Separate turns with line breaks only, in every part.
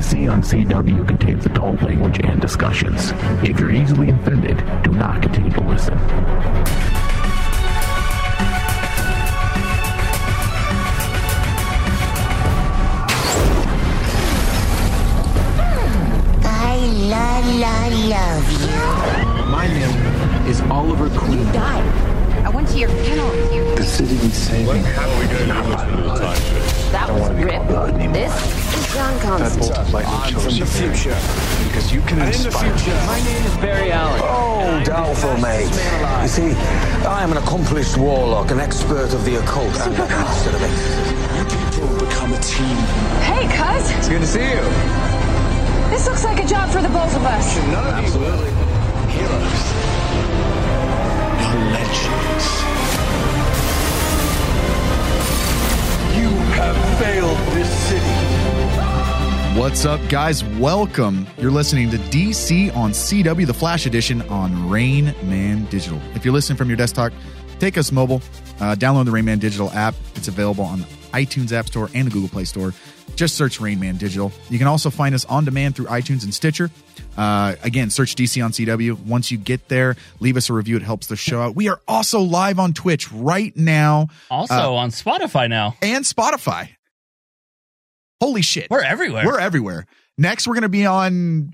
C on CW contains adult language and discussions. If you're easily offended, do not continue to listen.
I la la love you.
My name is Oliver Queen.
died. I went to your funeral.
The city needs saving.
That was ripped. This is John Constantine.
Bolt of lightning chose you, Mary, because you can inspire.
My name is Barry Allen.
Oh, doubtful, mate. You see, I am an accomplished warlock, an expert of the occult, and a master of it.
Hey, cuz,
It's good to see you.
this looks like a job for the both of us.
You're legends. You have failed this city.
What's up, guys? Welcome. You're listening to DC on CW, the Flash Edition on Rain Man Digital. If you're listening from your desktop, take us mobile, uh, download the Rain Man Digital app. It's available on the iTunes App Store and the Google Play Store. Just search Rain Man Digital. You can also find us on demand through iTunes and Stitcher. Uh, again, search DC on CW. Once you get there, leave us a review. It helps the show out. We are also live on Twitch right now
Also
Uh,
on Spotify now.
and Spotify. Holy shit.
We're everywhere.
We're everywhere. Next, we're going to be on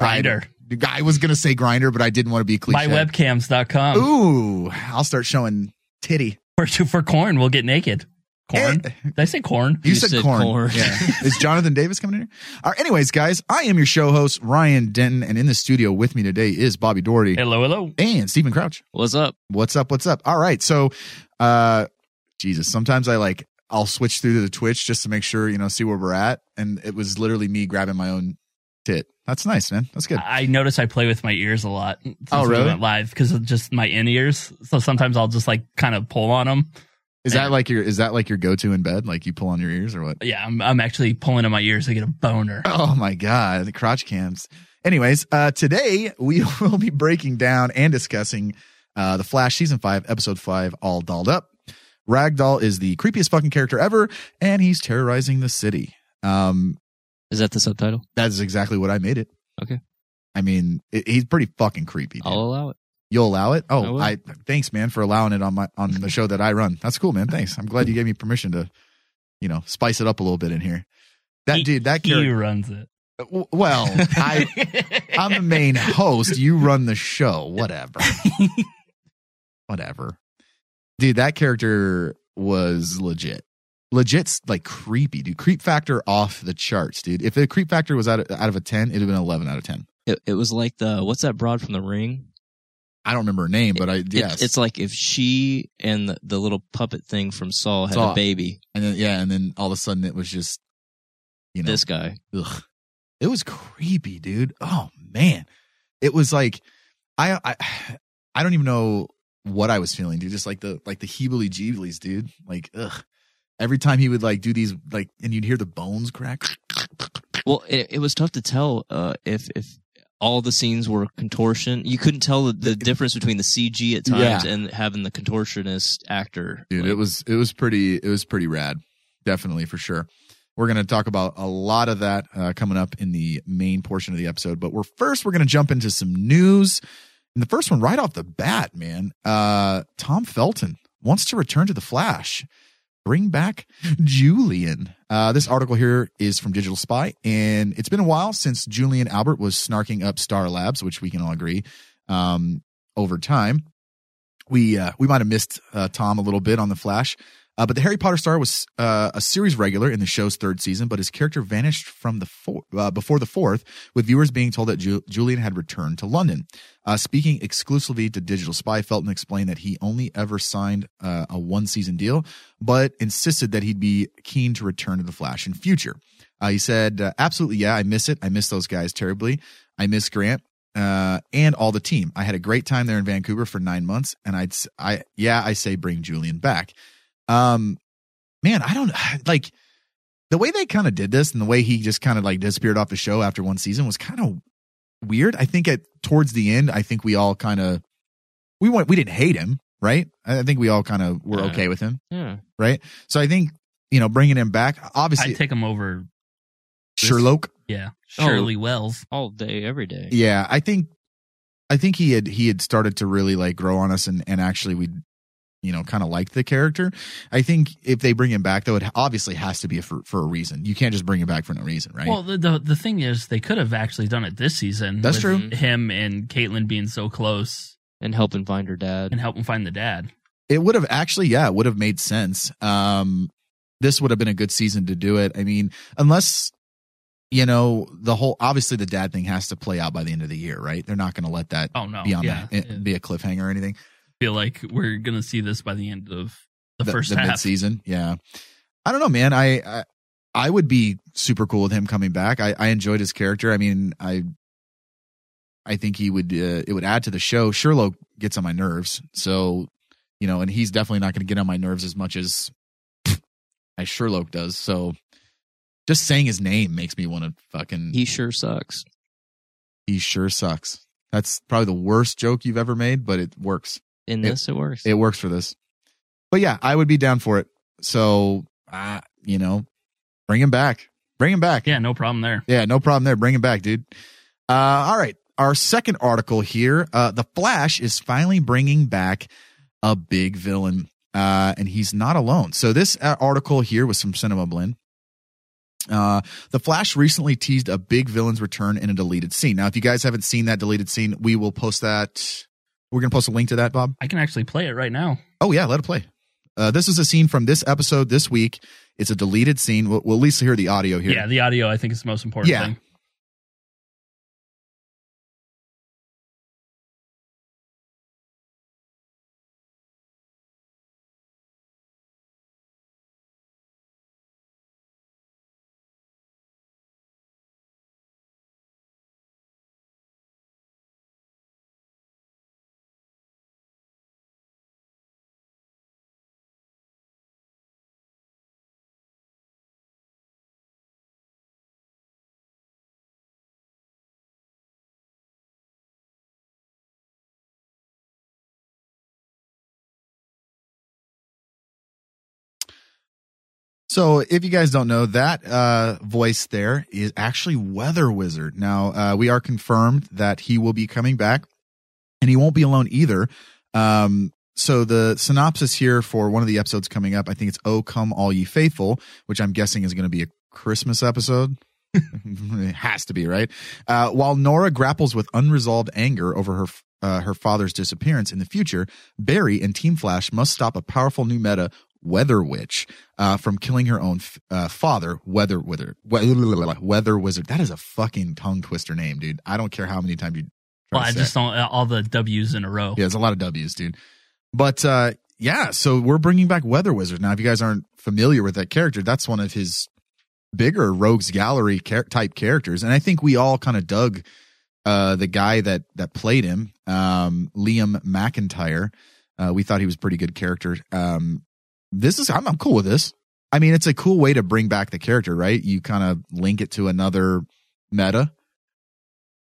Grindr.
I was going to say grinder, but I didn't want to be cliche.
Mywebcams.com.
Ooh, I'll start showing titty.
For, for corn, we'll get naked. Corn?
Eh.
Did I say corn?
You, said, corn. Yeah. Is Jonathan Davis coming in here? All right, anyways, guys, I am your show host, Ryan Denton, and in the studio with me today is Bobby Doherty
Hello, hello.
and Stephen Crouch.
What's up?
What's up? What's up? All right. So, uh, Jesus, sometimes I like, I'll switch through to the Twitch just to make sure, you know, see where we're at. And it was literally me grabbing my own tit. That's nice, man. That's good.
I notice I play with my ears a lot. Since
Oh,
we
really?
went live because of just my in ears. So sometimes I'll just like kind of pull on them.
Is that like your, is that like your go-to in bed? Like you pull on your ears or what?
Yeah, I'm, I'm actually pulling on my ears to get a boner.
Oh my God. The crotch cams. Anyways, uh, today we will be breaking down and discussing, uh, the Flash season five, episode five, all dolled up. Ragdoll is the creepiest fucking character ever, and he's terrorizing the city. Um,
Is that the subtitle?
That is exactly what I made it.
Okay.
I mean, it, he's pretty fucking creepy. dude.
I'll allow it.
You'll allow it?
I
Oh,
will.
I, thanks, man, for allowing it on my on the show that I run. That's cool, man. Thanks. I'm glad you gave me permission to, you know, spice it up a little bit in here. That
He-
dude, that
He
character.
runs it.
w- Well, I I'm the main host. You run the show. Whatever. Whatever. Dude, that character was legit. Legit's like creepy, dude. Creep factor off the charts, dude. If the creep factor was out of, out of a 10, it would have been 11 out of 10.
it. It was like the what's that broad from the ring?
I don't remember her name, but I,
It-
yes.
it's like if she and the, the little puppet thing from Saul had
Saul.
a baby.
and then, yeah. And then all of a sudden it was just, you know,
This guy.
ugh. it was creepy, dude. Oh man, it was like I I I don't even know what I was feeling, dude. Just like the like the heebly jeeblies, dude. Like ugh. Every time he would like do these like, and you'd hear the bones crack.
Well, it, it was tough to tell uh, if if all the scenes were contortion. You couldn't tell the, the difference between the CG at times
Yeah.
and having the contortionist actor.
dude it was it was pretty it was pretty rad definitely for sure we're going to talk about a lot of that uh, coming up in the main portion of the episode but we're first we're going to jump into some news and the first one right off the bat man uh tom felton wants to return to the flash bring back julian uh, this article here is from digital spy and it's been a while since julian albert was snarking up star labs which we can all agree um, over time we uh, we might have missed uh, Tom a little bit on the Flash, uh, but the Harry Potter star was uh, a series regular in the show's third season, but his character vanished from the four, uh, before the fourth, with viewers being told that Ju- Julian had returned to London. Uh, speaking exclusively to Digital Spy, Felton explained that he only ever signed uh, a one season deal, but insisted that he'd be keen to return to the Flash in future. Uh, he said, uh, "Absolutely, yeah, I miss it. I miss those guys terribly. I miss Grant uh, and all the team. I had a great time there in Vancouver for nine months, and I'd s- I yeah I say bring Julian back. Um, man, I don't like the way they kind of did this, and the way he just kind of like disappeared off the show after one season was kind of weird. I think at towards the end, I think we all kind of we went we didn't hate him, right? I I think we all kind of were
Uh.
okay with him,
Yeah.
right? So I think you know bringing him back,
I
obviously
take him over.
Sherlock.
Yeah.
Oh.
Shirley Wells.
all day, every day.
Yeah, I think I think he had he had started to really like grow on us and and actually we you know kind of liked the character. I think if they bring him back though it obviously has to be for for a reason. You can't just bring him back for no reason, right?
Well, the, the the thing is, they could have actually done it this season. with
That's
true.
Him and Caitlin being so close
And helping find her dad.
and helping find the dad.
it would have actually yeah, it would have made sense. Um this would have been a good season to do it. I mean, unless you know, the whole obviously the dad thing has to play out by the end of the year, right? They're not going to let that
Oh no!
be on
yeah,
that eh,
I
be a cliffhanger or anything.
feel like we're gonna see this by the end of the, first half.
mid-season. Yeah, I don't know, man. I, I I would be super cool with him coming back. I I enjoyed his character. I mean, I I think he would. Uh, it would add to the show. Sherlock gets on my nerves, so you know, and he's definitely not going to get on my nerves as much as as Sherlock does. So. Just saying his name makes me want to fucking.
He sure sucks.
he sure sucks. That's probably the worst joke you've ever made, but it works.
In
It-
this, it, works.
It works for this. But yeah, I would be down for it. So, uh, you know, bring him back. Bring him back.
Yeah, no problem there.
Yeah, no problem there. Bring him back, dude. Uh, all right. Our second article here uh, The Flash is finally bringing back a big villain, uh, and he's not alone. So, this uh, article here was from Cinema Blend. Uh, the Flash recently teased a big villain's return in a deleted scene. Now, if you guys haven't seen that deleted scene, we will post that. We're going to post a link to that, Bob.
I can actually play it right now.
Oh yeah, let it play. Uh, this is a scene from this episode this week. It's a deleted scene. We'll, we'll at least hear the audio here.
Yeah, the audio I think is the most important
Yeah.
thing.
So if you guys don't know, that uh, voice there is actually Weather Wizard. Now uh, we are confirmed that he will be coming back, and he won't be alone either. Um, so the synopsis here for one of the episodes coming up, I think it's "Oh Come All Ye Faithful," which I'm guessing is going to be a Christmas episode. it has to be right. Uh, while Nora grapples with unresolved anger over her uh, her father's disappearance in the future, Barry and Team Flash must stop a powerful new meta, Weather Witch, uh, from killing her own f- uh, father, Weather Wizard. Weather Wizard. That is a fucking tongue twister name, dude. I don't care how many times you. try
Well,
to
I
say it.
just don't all the W's in a row.
Yeah, it's a lot of W's, dude. But uh, yeah, so we're bringing back Weather Wizard now. If you guys aren't familiar with that character, that's one of his bigger Rogues Gallery char- type characters, and I think we all kind of dug uh, the guy that that played him, um, Liam McIntyre. Uh, we thought he was a pretty good character. Um, this is I'm, I'm cool with this. I mean, it's a cool way to bring back the character, right? You kind of link it to another meta.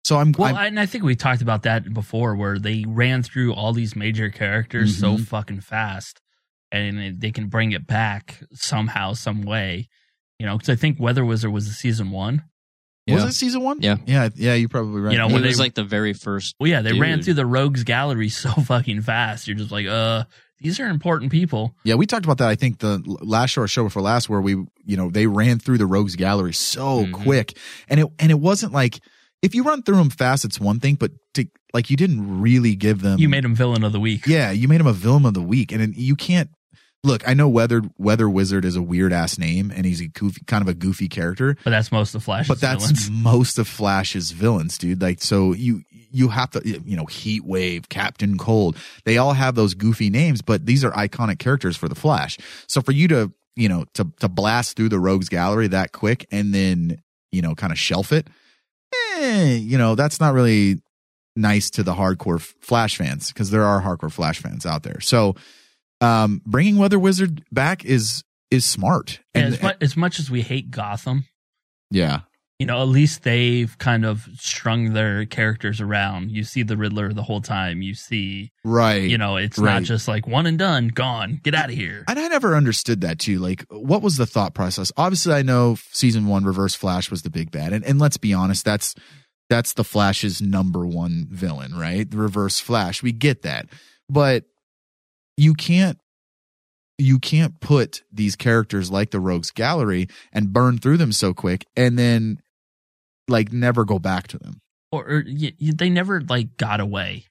So I'm,
Well,
I'm
I, and I think we talked about that before, where they ran through all these major characters
Mm-hmm.
so fucking fast, and it- they can bring it back somehow, some way. You know, because I think Weather Wizard was the season one.
was
Yeah.
it season one?
Yeah.
yeah, yeah. You're probably right.
You know,
He
when
was
they-
like the very first.
Well, yeah, they ran
Dude.
through the Rogues Gallery so fucking fast. You're just like, uh, these are important people.
Yeah, we talked about that. I think the l- last show or show before last, where we, you know, they ran through the Rogues Gallery so
Mm-hmm.
Mhm.
quick, and it and it wasn't like if you run through them fast, it's one thing, but to, like you didn't really give them.
You made them villain of the week.
yeah, you made him a villain of the week, and then you can't look. I know weather weather wizard is a weird ass name, and he's a goofy, kind of a goofy character,
but that's most of the Flash's
but that's
villains.
most of Flash's villains, dude. Like, so you you have to, you know, Heat Wave, Captain Cold. They all have those goofy names, but these are iconic characters for the Flash. So for you to, you know, to to blast through the Rogues Gallery that quick and then you know kind of shelf it, eh, you know, that's not really nice to the hardcore f- Flash fans because there are hardcore Flash fans out there. So um bringing Weather Wizard back is is smart.
Yeah,
And- eh,
as, mu- as much as we hate Gotham,
yeah.
you know, at least they've kind of strung their characters around. You see the Riddler the whole time. You see,
right.
you know, it's
Right.
not just like one and done, gone, get out of here.
And I never understood that too. Like, what was the thought process? Obviously, I know season one, Reverse Flash was the big bad, and and let's be honest, that's that's the Flash's number one villain, right? The Reverse Flash, we get that, but you can't you can't put these characters like the Rogues Gallery and burn through them so quick, and then like never go back to them.
Or, or y- y- they never like got away.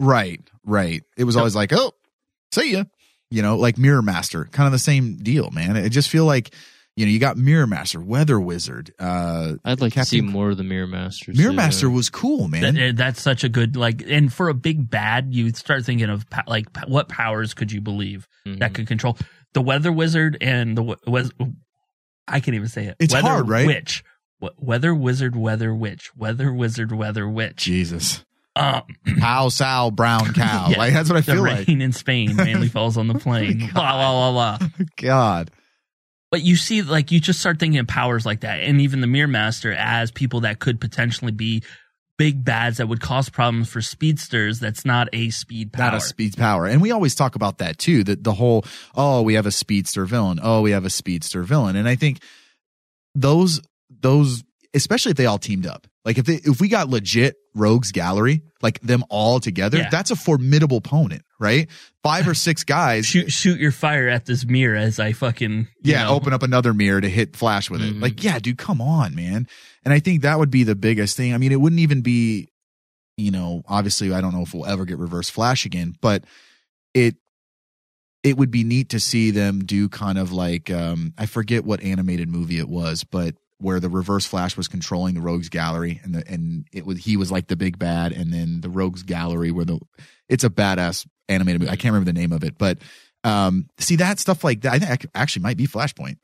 Right, right. It was always like, oh, see ya. You know, like Mirror Master, kind of the same deal, man. I just feel like, you know, you got Mirror Master, Weather Wizard. Uh,
I'd like to see
Captain-
more of the Mirror Masters.
Mirror
too,
Master
yeah.
was cool, man.
That- eh, that's such a good like, and for a big bad, you start thinking of po- like p- what powers could you believe
Mm-hmm.
that could control the weather wizard and the w- was I can't even say it.
It's
weather
hard, right?
Witch, Wh- weather wizard, weather witch, weather wizard, weather witch.
Jesus.
Um,
How Sal Brown Cow.
yeah,
Like, that's what I
the
feel
rain
like. Oh
in Spain mainly falls on the plane. blah blah blah blah.
God.
But you see, like you just start thinking of powers like that, and even the Mirror Master as people that could potentially be big bads that would cause problems for speedsters. That's not a speed power.
Not a speed power. And we always talk about that too, that the whole, oh, we have a speedster villain. Oh, we have a speedster villain. And I think those those especially if they all teamed up. Like if they if we got legit rogues gallery, like them all together,
Yeah.
that's a formidable opponent, right? Five or six guys
shoot shoot your fire at this mirror as I fucking you
yeah, oh.
know, Mm-hmm.
open up another mirror to hit Flash with it. Like, yeah, dude, come on, man. And I think that would be the biggest thing. I mean, it wouldn't even be, you know, obviously, I don't know if we'll ever get Reverse Flash again, but it it would be neat to see them do kind of like um, I forget what animated movie it was, but where the Reverse Flash was controlling the Rogues Gallery, and the and it was he was like the big bad, and then the Rogues Gallery where the it's a badass animated movie. I can't remember the name of it, but um, see that stuff like that. I think ac- actually might be Flashpoint.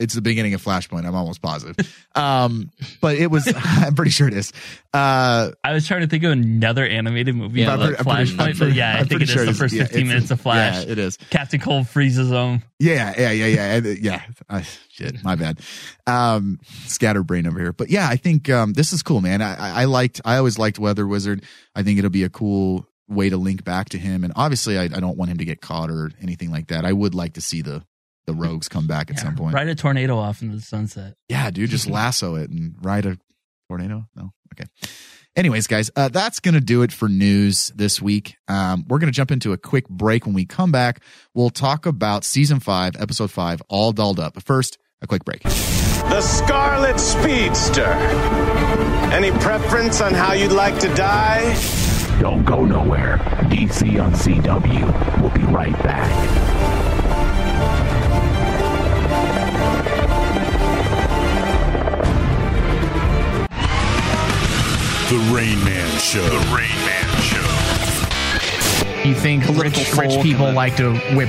It's the beginning of Flashpoint. I'm almost positive, um, but it was. I'm pretty sure it is. Uh,
I was trying to think of another animated movie.
Yeah,
Yeah,
I'm
like
pre- I'm
Flashpoint.
pretty-
but
I'm pretty-
yeah, I
I'm
think
pretty
it is
sure
the
it's-
first
yeah,
15
it's-
minutes of Flash.
yeah, it is.
Captain Cold freezes him.
Yeah, yeah, yeah, yeah, and, uh, yeah. I, shit, my bad. Um, scatterbrain over here, but yeah, I think um, this is cool, man. I, I- I liked. I always liked Weather Wizard. I think it'll be a cool way to link back to him. And obviously, I, I don't want him to get caught or anything like that. I would like to see the the rogues come back at
Yeah,
some point.
Ride a tornado off into the sunset.
Yeah, dude, just
Mm-hmm.
lasso it and ride a tornado. No, okay. Anyways, guys, uh, that's going to do it for news this week. Um, we're going to jump into a quick break. When we come back, we'll talk about season five, episode five, all dolled up. But first, a quick break.
The Scarlet Speedster. Any preference on how you'd like to die?
Don't go nowhere. DC on CW. We'll be right back.
The Rain Man Show. The Rain Man Show.
You think rich, rich people like to whip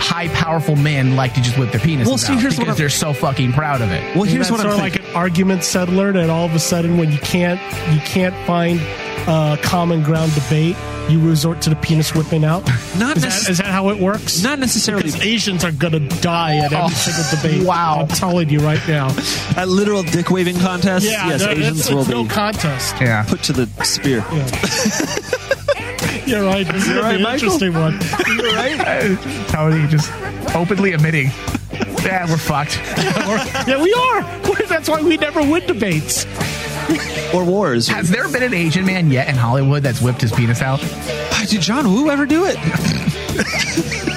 high, powerful men like to just whip their penises
Well, see,
out
here's what
because they're
I'm-
so fucking proud of it.
Well, here's what I'm
sort of
thinking.
like an argument settler that all of a sudden, when you can't you can't find uh, common ground debate, you resort to the penis whipping out.
not,
Is
necess-
that, is that how it works?
not necessarily. Oh,
Because Asians are gonna die at every single debate. Wow, I'm telling you right now.
A literal dick waving contest.
Yeah,
yes,
no,
Asians
it's,
will
it's no
be
contest.
Yeah.
put to the spear.
You're right. This is
You're
gonna
right,
be an
Michael.
interesting one.
Tony just openly admitting, yeah, we're fucked.
Yeah, we are. That's why we never win debates.
Or wars.
Has there been an Asian man yet in Hollywood that's whipped his penis out?
Did John Woo ever do it?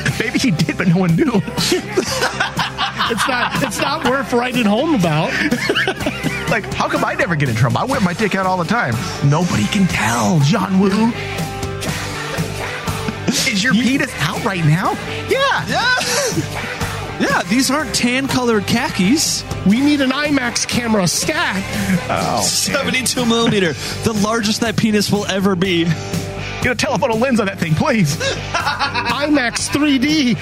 Maybe he did, but no one knew.
It's not. It's not worth writing home about.
Like, how come I never get in trouble? I whip my dick out all the time. Nobody can tell, John Woo. Is your penis out right now?
Yeah. Yeah. yeah, these aren't tan colored khakis.
We need an IMAX camera stat.
72 millimeter, the largest that penis will ever be.
Get a telephoto lens on that thing, please.
IMAX 3D.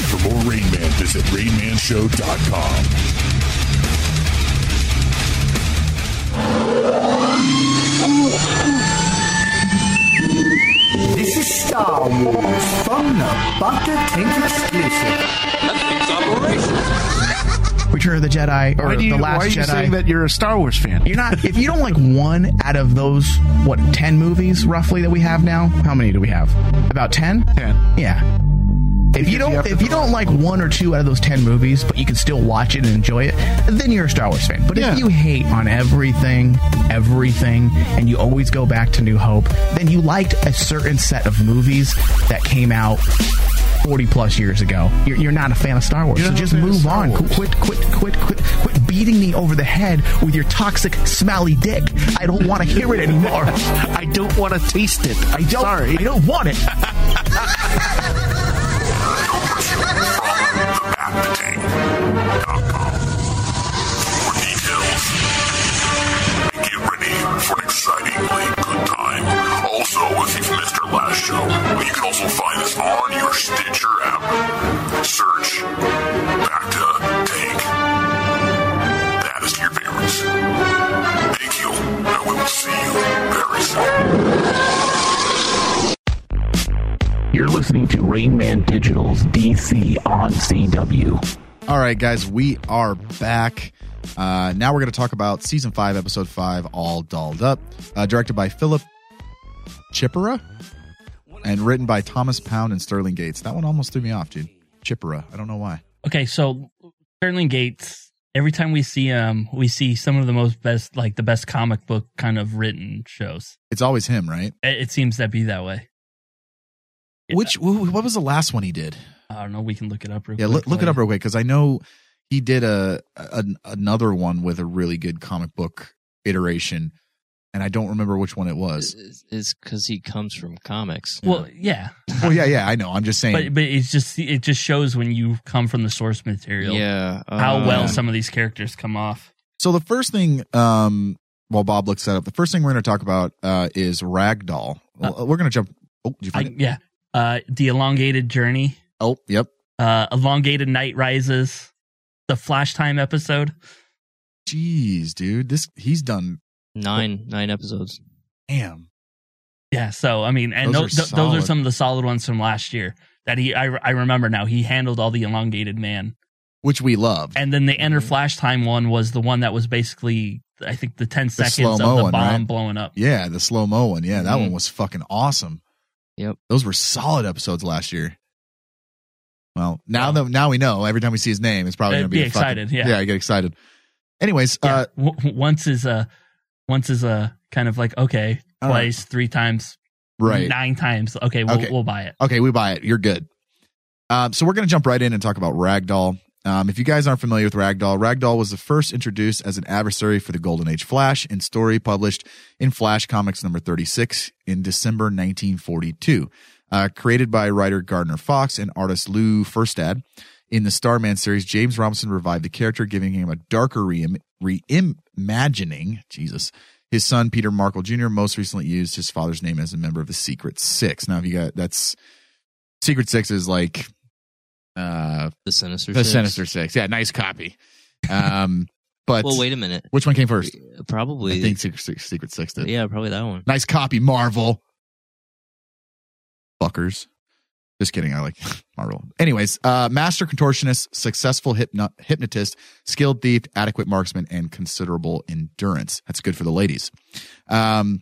For more Rain Man, visit RainManShow.com.
This is Star Wars from the Bucket Tank exclusive.
Which
Return of the Jedi or
Why do you-
the Last
why are you
Jedi.
saying that you're a Star Wars fan?
You're not. If you don't like one out of those, what ten movies roughly that we have now? How many do we have? About ten. Ten. Yeah. If you don't, if you don't like one or two out of those ten movies, but you can still watch it and enjoy it, then you're a Star Wars fan. But if you hate on everything, everything, and you always go back to New Hope, then you liked a certain set of movies that came out forty plus years ago. You're, you're not a fan of Star Wars, so just move on. Qu- Quit, quit, quit, quit, quit beating me over the head with your toxic, smelly dick. I don't want to hear it anymore. I don't want to taste it. I don't. Sorry. I don't want it.
Get ready for an excitingly good time. Also, if you've missed our last show, you can also find us on your Stitcher app. Search Back to Tank. That is to your favorites. Thank you, and we will see you very soon.
You're listening to Rain Man Digital's DC on CW.
All right, guys, we are back. Uh, now we're going to talk about season five, episode five, All Dolled Up, uh, directed by Philip Chippera and written by Thomas Pound and Sterling Gates. That one almost threw me off, dude. Chippera. I don't know why.
Okay, so Sterling Gates. Every time we see him, we see some of the most best, like the best comic book kind of written shows.
It's always him, right?
It, it seems that be that way.
Which wh- what was the last one he did?
I don't know. We can look it up. Real
Yeah,
quick
look, look it
later.
up real quick because I know he did a, a another one with a really good comic book iteration, and I don't remember which one it was.
It's because he comes from comics.
Well, yeah,
Well, yeah, yeah, I know. I'm just saying.
but but it's just it just shows when you come from the source material.
Yeah,
how
uh,
well some of these characters come off.
So the first thing, um, while Bob looks that up, the first thing we're going to talk about uh, is Ragdoll. Well, we're going to jump. Oh, did you
Uh, I,
find it?
yeah, uh, the elongated journey.
Oh, yep.
Uh, elongated night rises. The flash time episode.
Jeez, dude, this he's done
nine nine episodes.
Damn.
Yeah, so I mean, and
Those
those,
are
th- those are
solid.
some of the solid ones from last year that he I, I remember now. He handled all the elongated man,
which we love,
and then the
Mm-hmm.
enter flash time one was the one that was basically I think the ten
The
seconds
slow-mo
of the
one,
bomb
right?
blowing up.
Yeah, the slow mo one. Yeah, that
Mhm.
one was fucking awesome.
Yep.
Those were solid episodes last year. Well, now that now we know every time we see his name, it's probably
Uh,
going to
be
be, a fucking-
excited, yeah.
yeah, I get excited. Anyways, uh,
W- w- once is a once is a kind of like okay
All right.
twice three times
Right.
nine times okay we'll,
Okay.
we'll buy it.
Okay, we buy it. You're good. Um, so we're going to jump right in and talk about Ragdoll. Um, if you guys aren't familiar with Ragdoll, Ragdoll was the first introduced as an adversary for the Golden Age Flash in story published in Flash Comics number 36 in December 1942. Uh, created by writer Gardner Fox and artist Lou Furstad. In the Starman series, James Robinson revived the character, giving him a darker reim- reimagining, Jesus, his son Peter Markle Jr. most recently used his father's name as a member of the Secret Six. Now, if you got that's Secret Six is like uh
the Sinister
the
Six.
Sinister Six. Yeah, nice copy. Um, but
Well, wait a minute.
which one came first?
Probably
I think Secret Six, Secret Six did.
Yeah, probably that one.
Nice copy, Marvel. Fuckers. Just kidding. I like Marvel. Anyways, uh, master contortionist, successful hypno- hypnotist, skilled thief, adequate marksman, and considerable endurance. That's good for the ladies. Um,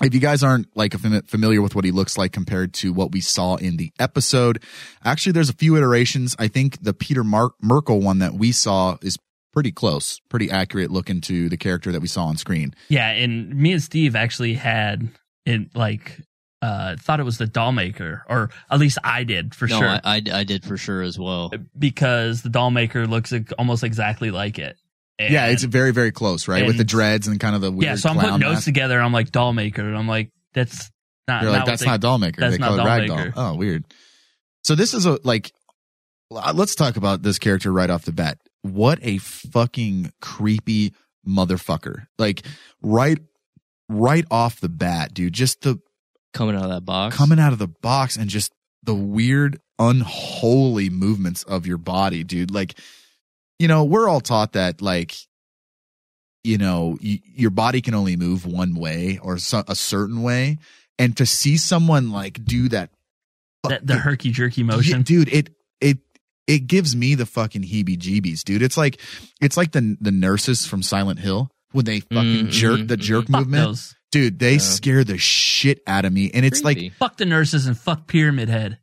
if you guys aren't like fam- familiar with what he looks like compared to what we saw in the episode, actually, there's a few iterations. I think the Peter Mar- Merkel one that we saw is pretty close, pretty accurate looking to the character that we saw on screen.
Yeah, and me and Steve actually had it like uh thought it was the doll maker, or at least I did for
no,
sure.
I, I I did for sure as well.
because the doll maker looks ex- almost exactly like it. And-
yeah, it's very very close, right? With
and-
the dreads and kind of the weird
yeah. So I'm
clown
putting notes
mask.
together. And I'm like doll maker, and I'm like that's not.
You're like
what
that's
they-
not doll maker.
That's
they
not
call
doll
it ragdoll.
maker.
Oh, weird. So this is a like. l- Let's talk about this character right off the bat. What a fucking creepy motherfucker! Like right, right off the bat, dude. Just the
coming out of that box,
coming out of the box, and just the weird, unholy movements of your body, dude. Like, you know, we're all taught that like you know y- your body can only move one way or so- a certain way and to see someone like do that uh,
that, the herky jerky motion.
dude it it it gives me the fucking heebie-jeebies, dude. It's like it's like the the nurses from Silent Hill when they fucking
Mm,
jerk
mm,
the
mm.
jerk
Fuck
movement.
those.
Dude, they
Yeah.
scare the shit out of me, and it's like
fuck the nurses and fuck Pyramid Head.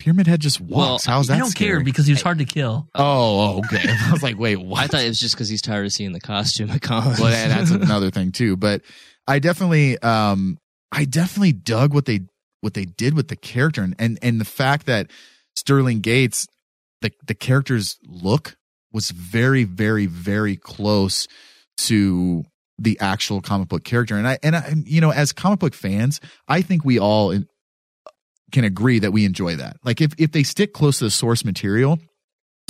Pyramid Head just walks. How's that?
I don't care
Oh, scary?
because he was hard to kill.
Oh, okay. I was like, wait, what?
I thought it was just because he's tired of seeing the costume at cons.
Well, yeah, that's another thing too. But I definitely, um, I definitely dug what they what they did with the character and and, and the fact that Sterling Gates, the the character's look was very, very, very close to the actual comic book character. And I and I and, you know, as comic book fans, I think we all in- can agree that we enjoy that. Like if if they stick close to the source material,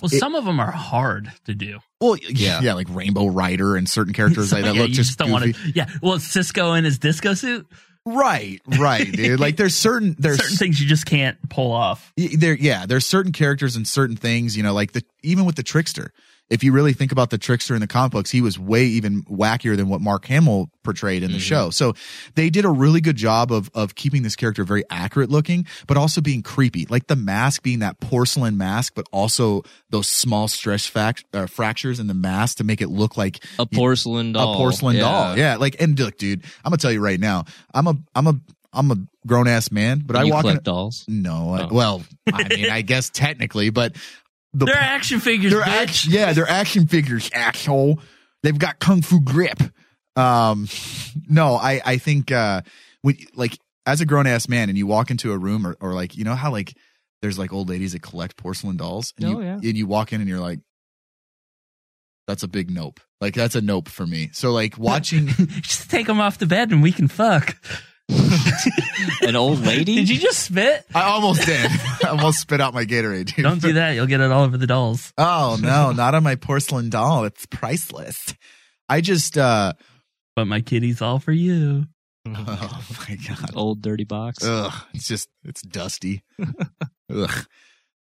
Well,
it-
some of them are hard to do.
well, yeah, yeah, like Rainbow Rider and certain characters like that
Yeah,
look
you
just,
don't wanna-
goofy.
Yeah, well, Cisco in his disco suit.
Right, right, dude. Like there's certain there's
certain things you just can't pull off.
Y- there yeah there's certain characters and certain things you know like the even with the trickster if you really think about the trickster in the comic books he was way even wackier than what mark hamill portrayed in
Mm-hmm.
the show so they did a really good job of of keeping this character very accurate looking but also being creepy like the mask being that porcelain mask but also those small stretch fact, uh, fractures in the mask to make it look like
a porcelain doll.
a porcelain
Yeah.
doll. Yeah, like and look, dude, I'm gonna tell you right now, I'm a I'm a I'm a grown ass man, but I
You
walk in
collect dolls?
No, I, well, I mean, I guess technically, but the
They're action figures,
they're
bitch.
act- yeah, they're action figures, asshole. They've got kung fu grip. Um, no, I I think uh, when, like as a grown ass man, and you walk into a room or or like you know how like there's like old ladies that collect porcelain dolls, and
Oh,
you
yeah.
and you walk in and you're like. That's a big nope. Like that's a nope for me. So like watching
just take them off the bed and we can fuck.
An old lady?
Did you just spit?
I almost did. I almost spit out my Gatorade. Dude.
Don't do that. You'll get it all over the dolls.
Oh no, not on my porcelain doll. It's priceless. I just uh
But my kitty's all for you.
Oh my god.
Old dirty box.
Ugh, it's just it's dusty. Ugh.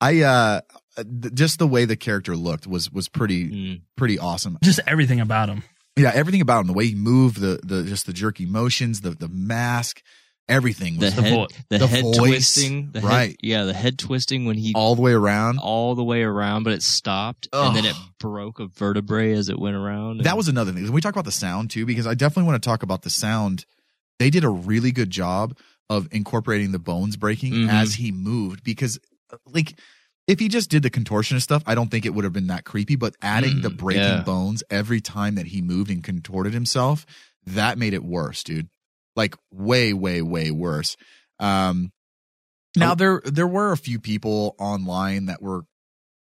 I uh th- just the way the character looked was was pretty
Mm.
pretty awesome.
Just everything about him.
Yeah, everything about him, the way he moved, the the just the jerky motions, the the mask, everything
the
was
head,
vo-
the, head
voice,
twisting, the head-
right?
yeah, the head twisting when he
all the way around,
all the way around, but it stopped and then it broke a vertebrae as it went around.
That was another thing. Can we talk about the sound too? Because I definitely want to talk about the sound. They did a really good job of incorporating the bones breaking
Mhm.
as he moved because, uh, like, if he just did the contortionist stuff, I don't think it would have been that creepy. But adding the breaking
yeah.
bones every time that he moved and contorted himself, that made it worse, dude. Like, way, way, way worse. Um, now there there were a few people online that were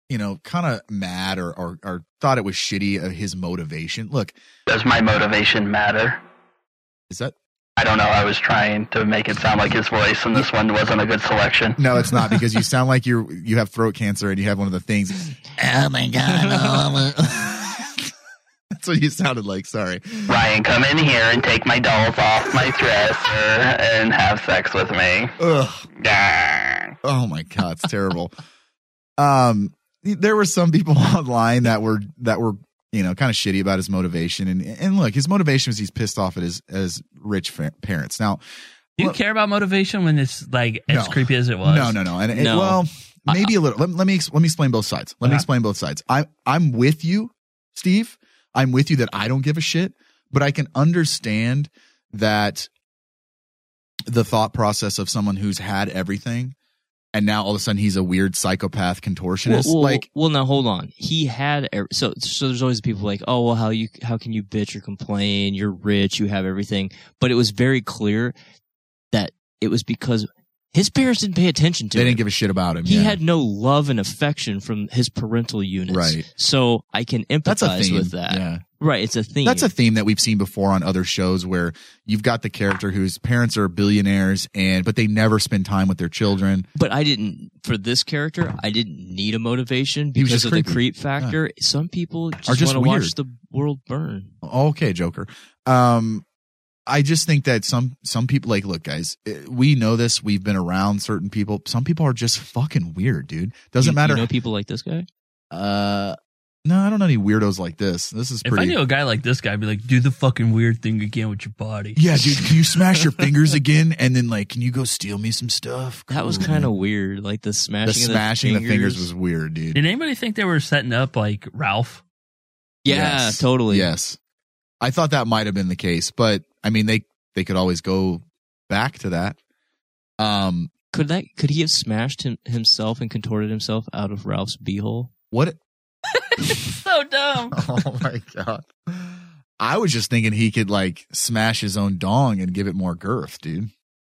you know, kind of mad or, or or thought it was shitty of his motivation. Look,
Does my motivation matter?
Is that?
I don't know. I was trying to make it sound like his voice, and this one wasn't a good selection.
no, it's not because you sound like you're you have throat cancer and you have one of the things. Oh my god! oh my- That's what you sounded like. Sorry.
Ryan, come in here and take my dolls off my dresser and have sex with me.
Ugh. Oh my god, it's terrible. um, there were some people online that were that were you know kind of shitty about his motivation and and look, his motivation was he's pissed off at his as rich fa- parents. Now,
Do you care about motivation when it's like as creepy as it was?
No, no, no. And it, well,
Uh,
maybe a little. Let, let me ex- let me explain both sides. Let me
Uh-huh.
explain both sides. I I'm with you, Steve. I'm with you that I don't give a shit, but I can understand that the thought process of someone who's had everything and now all of a sudden he's a weird psychopath
well,
contortionist.
well,
like
well, now hold on. He had ev- so so. There's always people like, oh well, how you how can you bitch or complain? You're rich, you have everything. But it was very clear that it was because his parents didn't pay attention to
they
him.
didn't give a shit about him.
he
yeah.
had no love and affection from his parental units.
Right.
So I can empathize
That's a theme.
with that.
Yeah.
Right. It's a theme.
That's a theme that we've seen before on other shows where you've got the character whose parents are billionaires and but they never spend time with their children.
but I didn't for this character. I didn't need a motivation
He was
because
just
of
creepy.
the creep factor. Some people
Are
just,
just
want to
weird.
watch the world burn.
Okay, Joker. Um, I just think that some some people like look, guys. eh, We know this. We've been around certain people. Some people are just fucking weird, dude. Doesn't
You-
matter.
You know people like this guy.
uh, No, I don't know any weirdos like this. This is
If I
pretty.
knew a guy like this guy, I'd be like, do the fucking weird thing again with your body.
Yeah, dude, can you smash your fingers again? And then, like, can you go steal me some stuff?
That was
Cool,
kind of
man.
weird. Like the smashing, of
smashing
the
the
fingers,
fingers was weird, dude.
Did anybody think they were setting up like Ralph?
Yeah,
Yes.
totally.
Yes, I thought that might have been the case, but I mean, they they could always go back to that. Um,
could that could he have smashed him, himself and contorted himself out of Ralph's beehole?
What?
so dumb.
Oh my god. I was just thinking he could like smash his own dong and give it more girth, dude.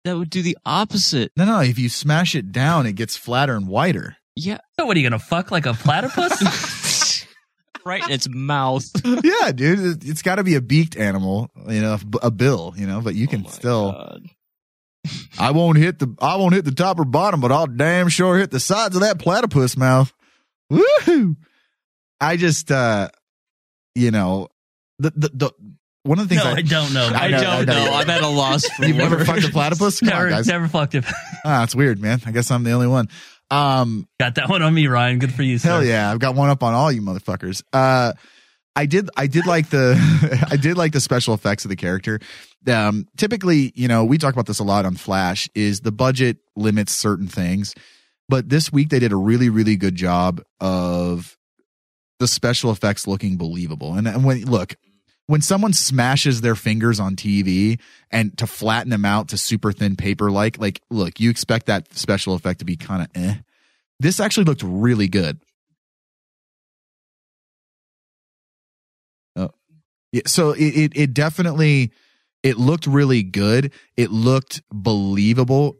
That would do the opposite.
No, no. If you smash it down, it gets flatter and wider.
Yeah.
So what are you gonna fuck like a platypus?
right in its mouth.
yeah, dude. it- It's got to be a beaked animal, you know, a bill, you know. But you
Oh
can still.
Oh,
I won't hit the I won't hit the top or bottom, but I'll damn sure hit the sides of that platypus mouth. Woohoo! I just, uh you know, the the, the one of the things
No, I don't know. I don't know. I'm at a loss for
You've never
words.
fucked a platypus? Come
Never-
on, guys.
never fucked it.
Ah, that's weird, man. I guess I'm the only one. Um,
Got that one on me, Ryan. Good for you. Sir.
Hell yeah, I've got one up on all you motherfuckers. Uh, I did, I did like the, I did like the special effects of the character. Um, typically, you know, we talk about this a lot on Flash. Is the budget limits certain things, but this week they did a really, really good job of the special effects looking believable. And, and when look, when someone smashes their fingers on TV and to flatten them out to super thin paper like, like look, you expect that special effect to be kind of eh. This actually looked really good. Oh. Yeah, so it, it it definitely it looked really good. It looked believable,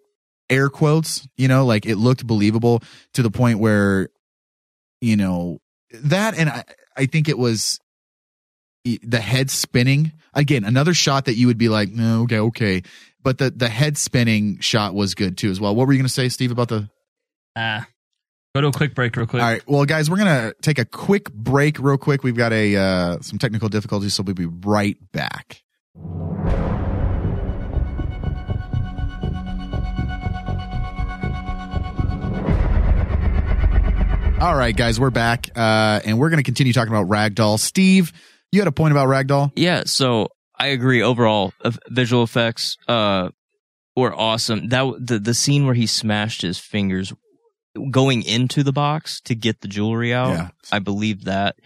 air quotes, you know, like it looked believable to the point where you know that and I I think it was the head spinning again another shot that you would be like no okay okay but the the head spinning shot was good too as well what were you going to say steve about the
Ah. go to a quick break, real quick.
all right well guys we're going to take a quick break real quick we've got a uh, some technical difficulties so we'll be right back all right guys we're back uh, and we're going to continue talking about ragdoll steve you had a point about ragdoll
Yeah, so I agree. Overall, uh, visual effects uh, were awesome. That w- the the scene where he smashed his fingers going into the box to get the jewelry out.
Yeah.
I believe that,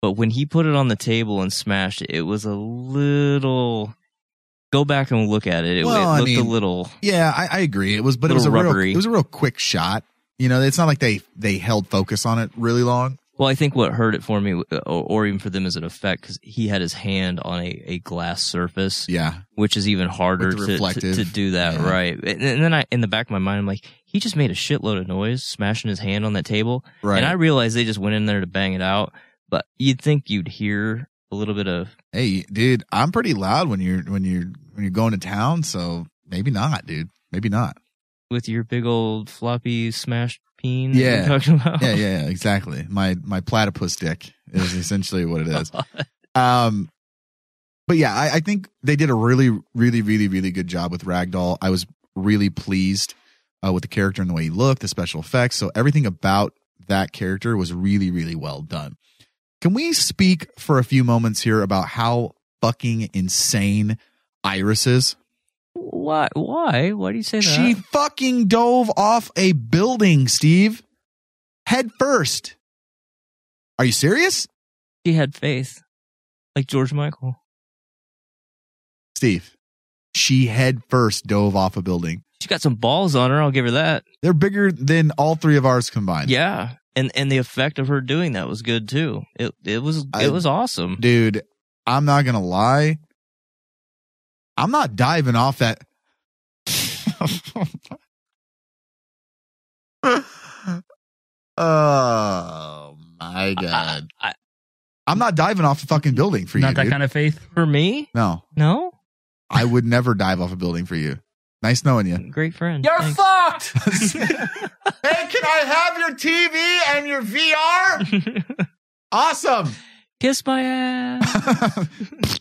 but when he put it on the table and smashed it, it was a little. Go back and look at it. It,
Well, I
it looked
mean,
a little.
Yeah, I, I agree. It was, but it was
Little
a
rubbery.
real, it was a real quick shot. You know, it's not like they they held focus on it really long.
Well, I think what hurt it for me, w- or, or even for them, is an effect because he had his hand on a, a glass surface.
Yeah.
which is even harder
With the
to, to
reflective.
to do that
Yeah.
right. And, and then I, in the back of my mind, I'm like, he just made a shitload of noise smashing his hand on that table,
Right.
And I realized they just went in there to bang it out, but you'd think you'd hear a little bit of
Hey, dude, I'm pretty loud when you're when you're when you're going to town. So maybe not, dude. Maybe not.
with your big old floppy smashed peen. that
Yeah,
you're talking about.
Yeah, yeah, yeah, exactly. My my platypus dick is essentially what it is. Um, but yeah, I, I think they did a really, really, really, really good job with Ragdoll. I was really pleased uh, with the character and the way he looked, the special effects. So everything about that character was really, really well done. Can we speak for a few moments here about how fucking insane Iris is?
Why? Why? Why do you say that?
She fucking dove off a building, Steve. Head first. Are you serious?
She had faith, like George Michael.
Steve, she head first dove off a building.
She got some balls on her. I'll give her that.
They're bigger than all three of ours combined.
Yeah, and and the effect of her doing that was good too. It it was it
I-
was awesome.
Dude, I'm not going to lie. I'm not diving off that. oh, my God.
I,
am not diving off a fucking building for you.
Not that
dude.
kind of faith.
For me,
No,
no,
I would never dive off a building for you. Nice knowing you.
great friend. Thanks.
fucked. hey, can I have your TV and your VR? awesome.
Kiss my ass.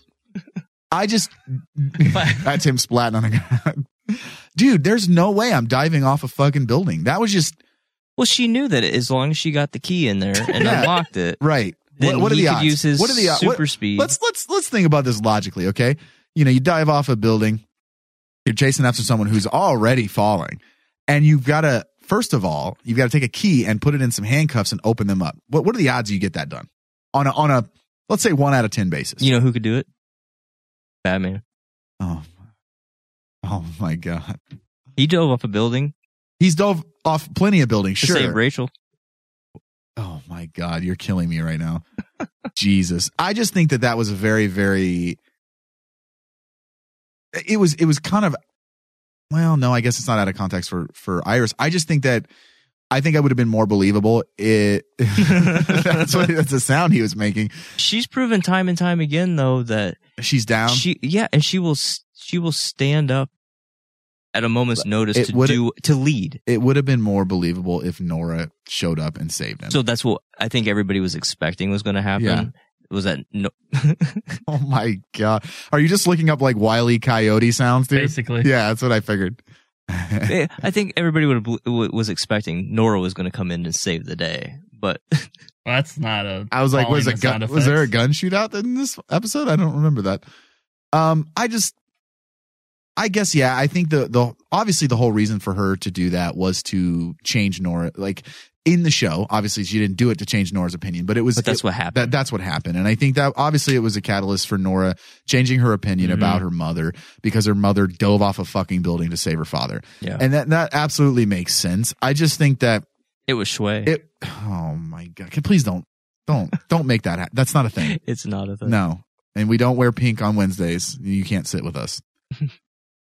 I just that's him splatting on the ground. Dude, there's no way I'm diving off a fucking building. That was just
well, she knew that as long as she got the key in there and
Yeah.
unlocked it,
right.
then
what, what are
he
the
could
odds?
use his
what are the
super
what-
speed.
Let's let's let's think about this logically, okay? You know, you dive off a building, you're chasing after someone who's already falling, and you've got to first of all, you've got to take a key and put it in some handcuffs and open them up. What what are the odds you get that done on a on a let's say one out of ten basis?
You know who could do it? Batman.
Oh, oh my god!
He dove off a building.
He's dove off plenty of buildings.
To
sure,
save Rachel.
Oh my God, you're killing me right now. Jesus. I just think that that was a very, very. It was, it was kind of, well, no, I guess it's not out of context for, for Iris. I just think that, I think I would have been more believable. It, that's what, that's the sound he was making.
She's proven time and time again though that
she's down.
She yeah, and she will s- she will stand up at a moment's notice
It
to
would-
do to lead.
It would have been more believable if Nora showed up and saved him.
So that's what I think everybody was expecting was going to happen.
Yeah.
Was that no?
oh my God. Are you just looking up like Wiley Coyote sounds, dude?
Basically.
Yeah, that's what I figured.
Eh, I think everybody would have bel- was expecting Nora was going to come in and save the day, but
that's not a.
I was like, was a gun? Was there a gun shootout in this episode? I don't remember that. Um, I just, I guess, yeah. I think the the obviously the whole reason for her to do that was to change Nora. Like in the show, obviously she didn't do it to change Nora's opinion, but it was.
But that's
it-
what happened.
That, that's what happened, and I think that obviously it was a catalyst for Nora changing her opinion
Mhm.
about her mother because her mother dove off a fucking building to save her father.
Yeah.
and that that absolutely makes sense. I just think that
it was Shway.
It. Oh my god! Can- Please don't, don't, don't make that. Ha- that's not a thing.
It's not a thing.
No, and we don't wear pink on Wednesdays. You can't sit with us.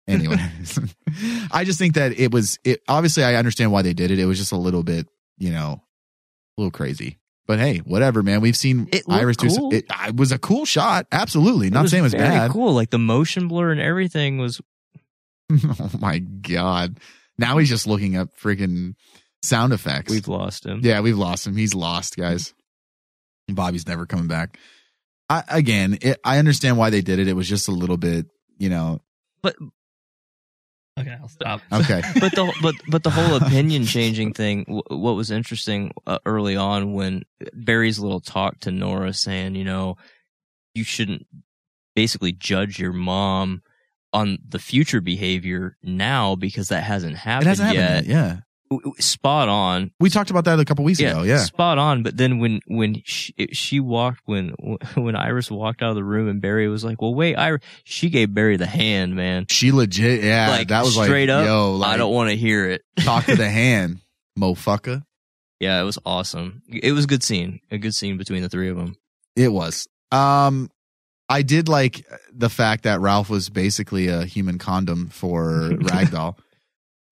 Anyway, I just think that it was. It obviously I understand why they did it. It was just a little bit, you know, a little crazy. But hey, whatever, man. We've seen
It looked
Iris do. Some,
cool.
it, it was a cool shot. Absolutely, not
was
saying it was
very
bad.
Cool, like the motion blur and everything was.
oh my god! Now he's just looking up freaking sound effects. We've
lost him.
Yeah, we've lost him. He's lost, guys. Bobby's never coming back. I, again, it, I understand why they did it. It was just a little bit, you know.
But
Okay, I'll stop.
Okay.
but the but but the whole opinion changing thing. wh- What was interesting uh, early on when Barry's little talk to Nora saying, you know, you shouldn't basically judge your mom on the future behavior now because that hasn't
it
happened.
hasn't happened yet.
yet.
Yeah,
W- w- Spot on.
we talked about that a couple weeks ago. Yeah,
spot on. But then when when she, she walked when when Iris walked out of the room and Barry was like, "Well, wait, Iris." She gave Barry the hand, man.
She legit, yeah.
Like,
that was like,
straight up,
Yo,
I don't want to hear it.
talk to the hand, mofucker.
Yeah, it was awesome. It was a good scene. A good scene between the three of them.
It was. Um, I did like the fact that Ralph was basically a human condom for Ragdoll.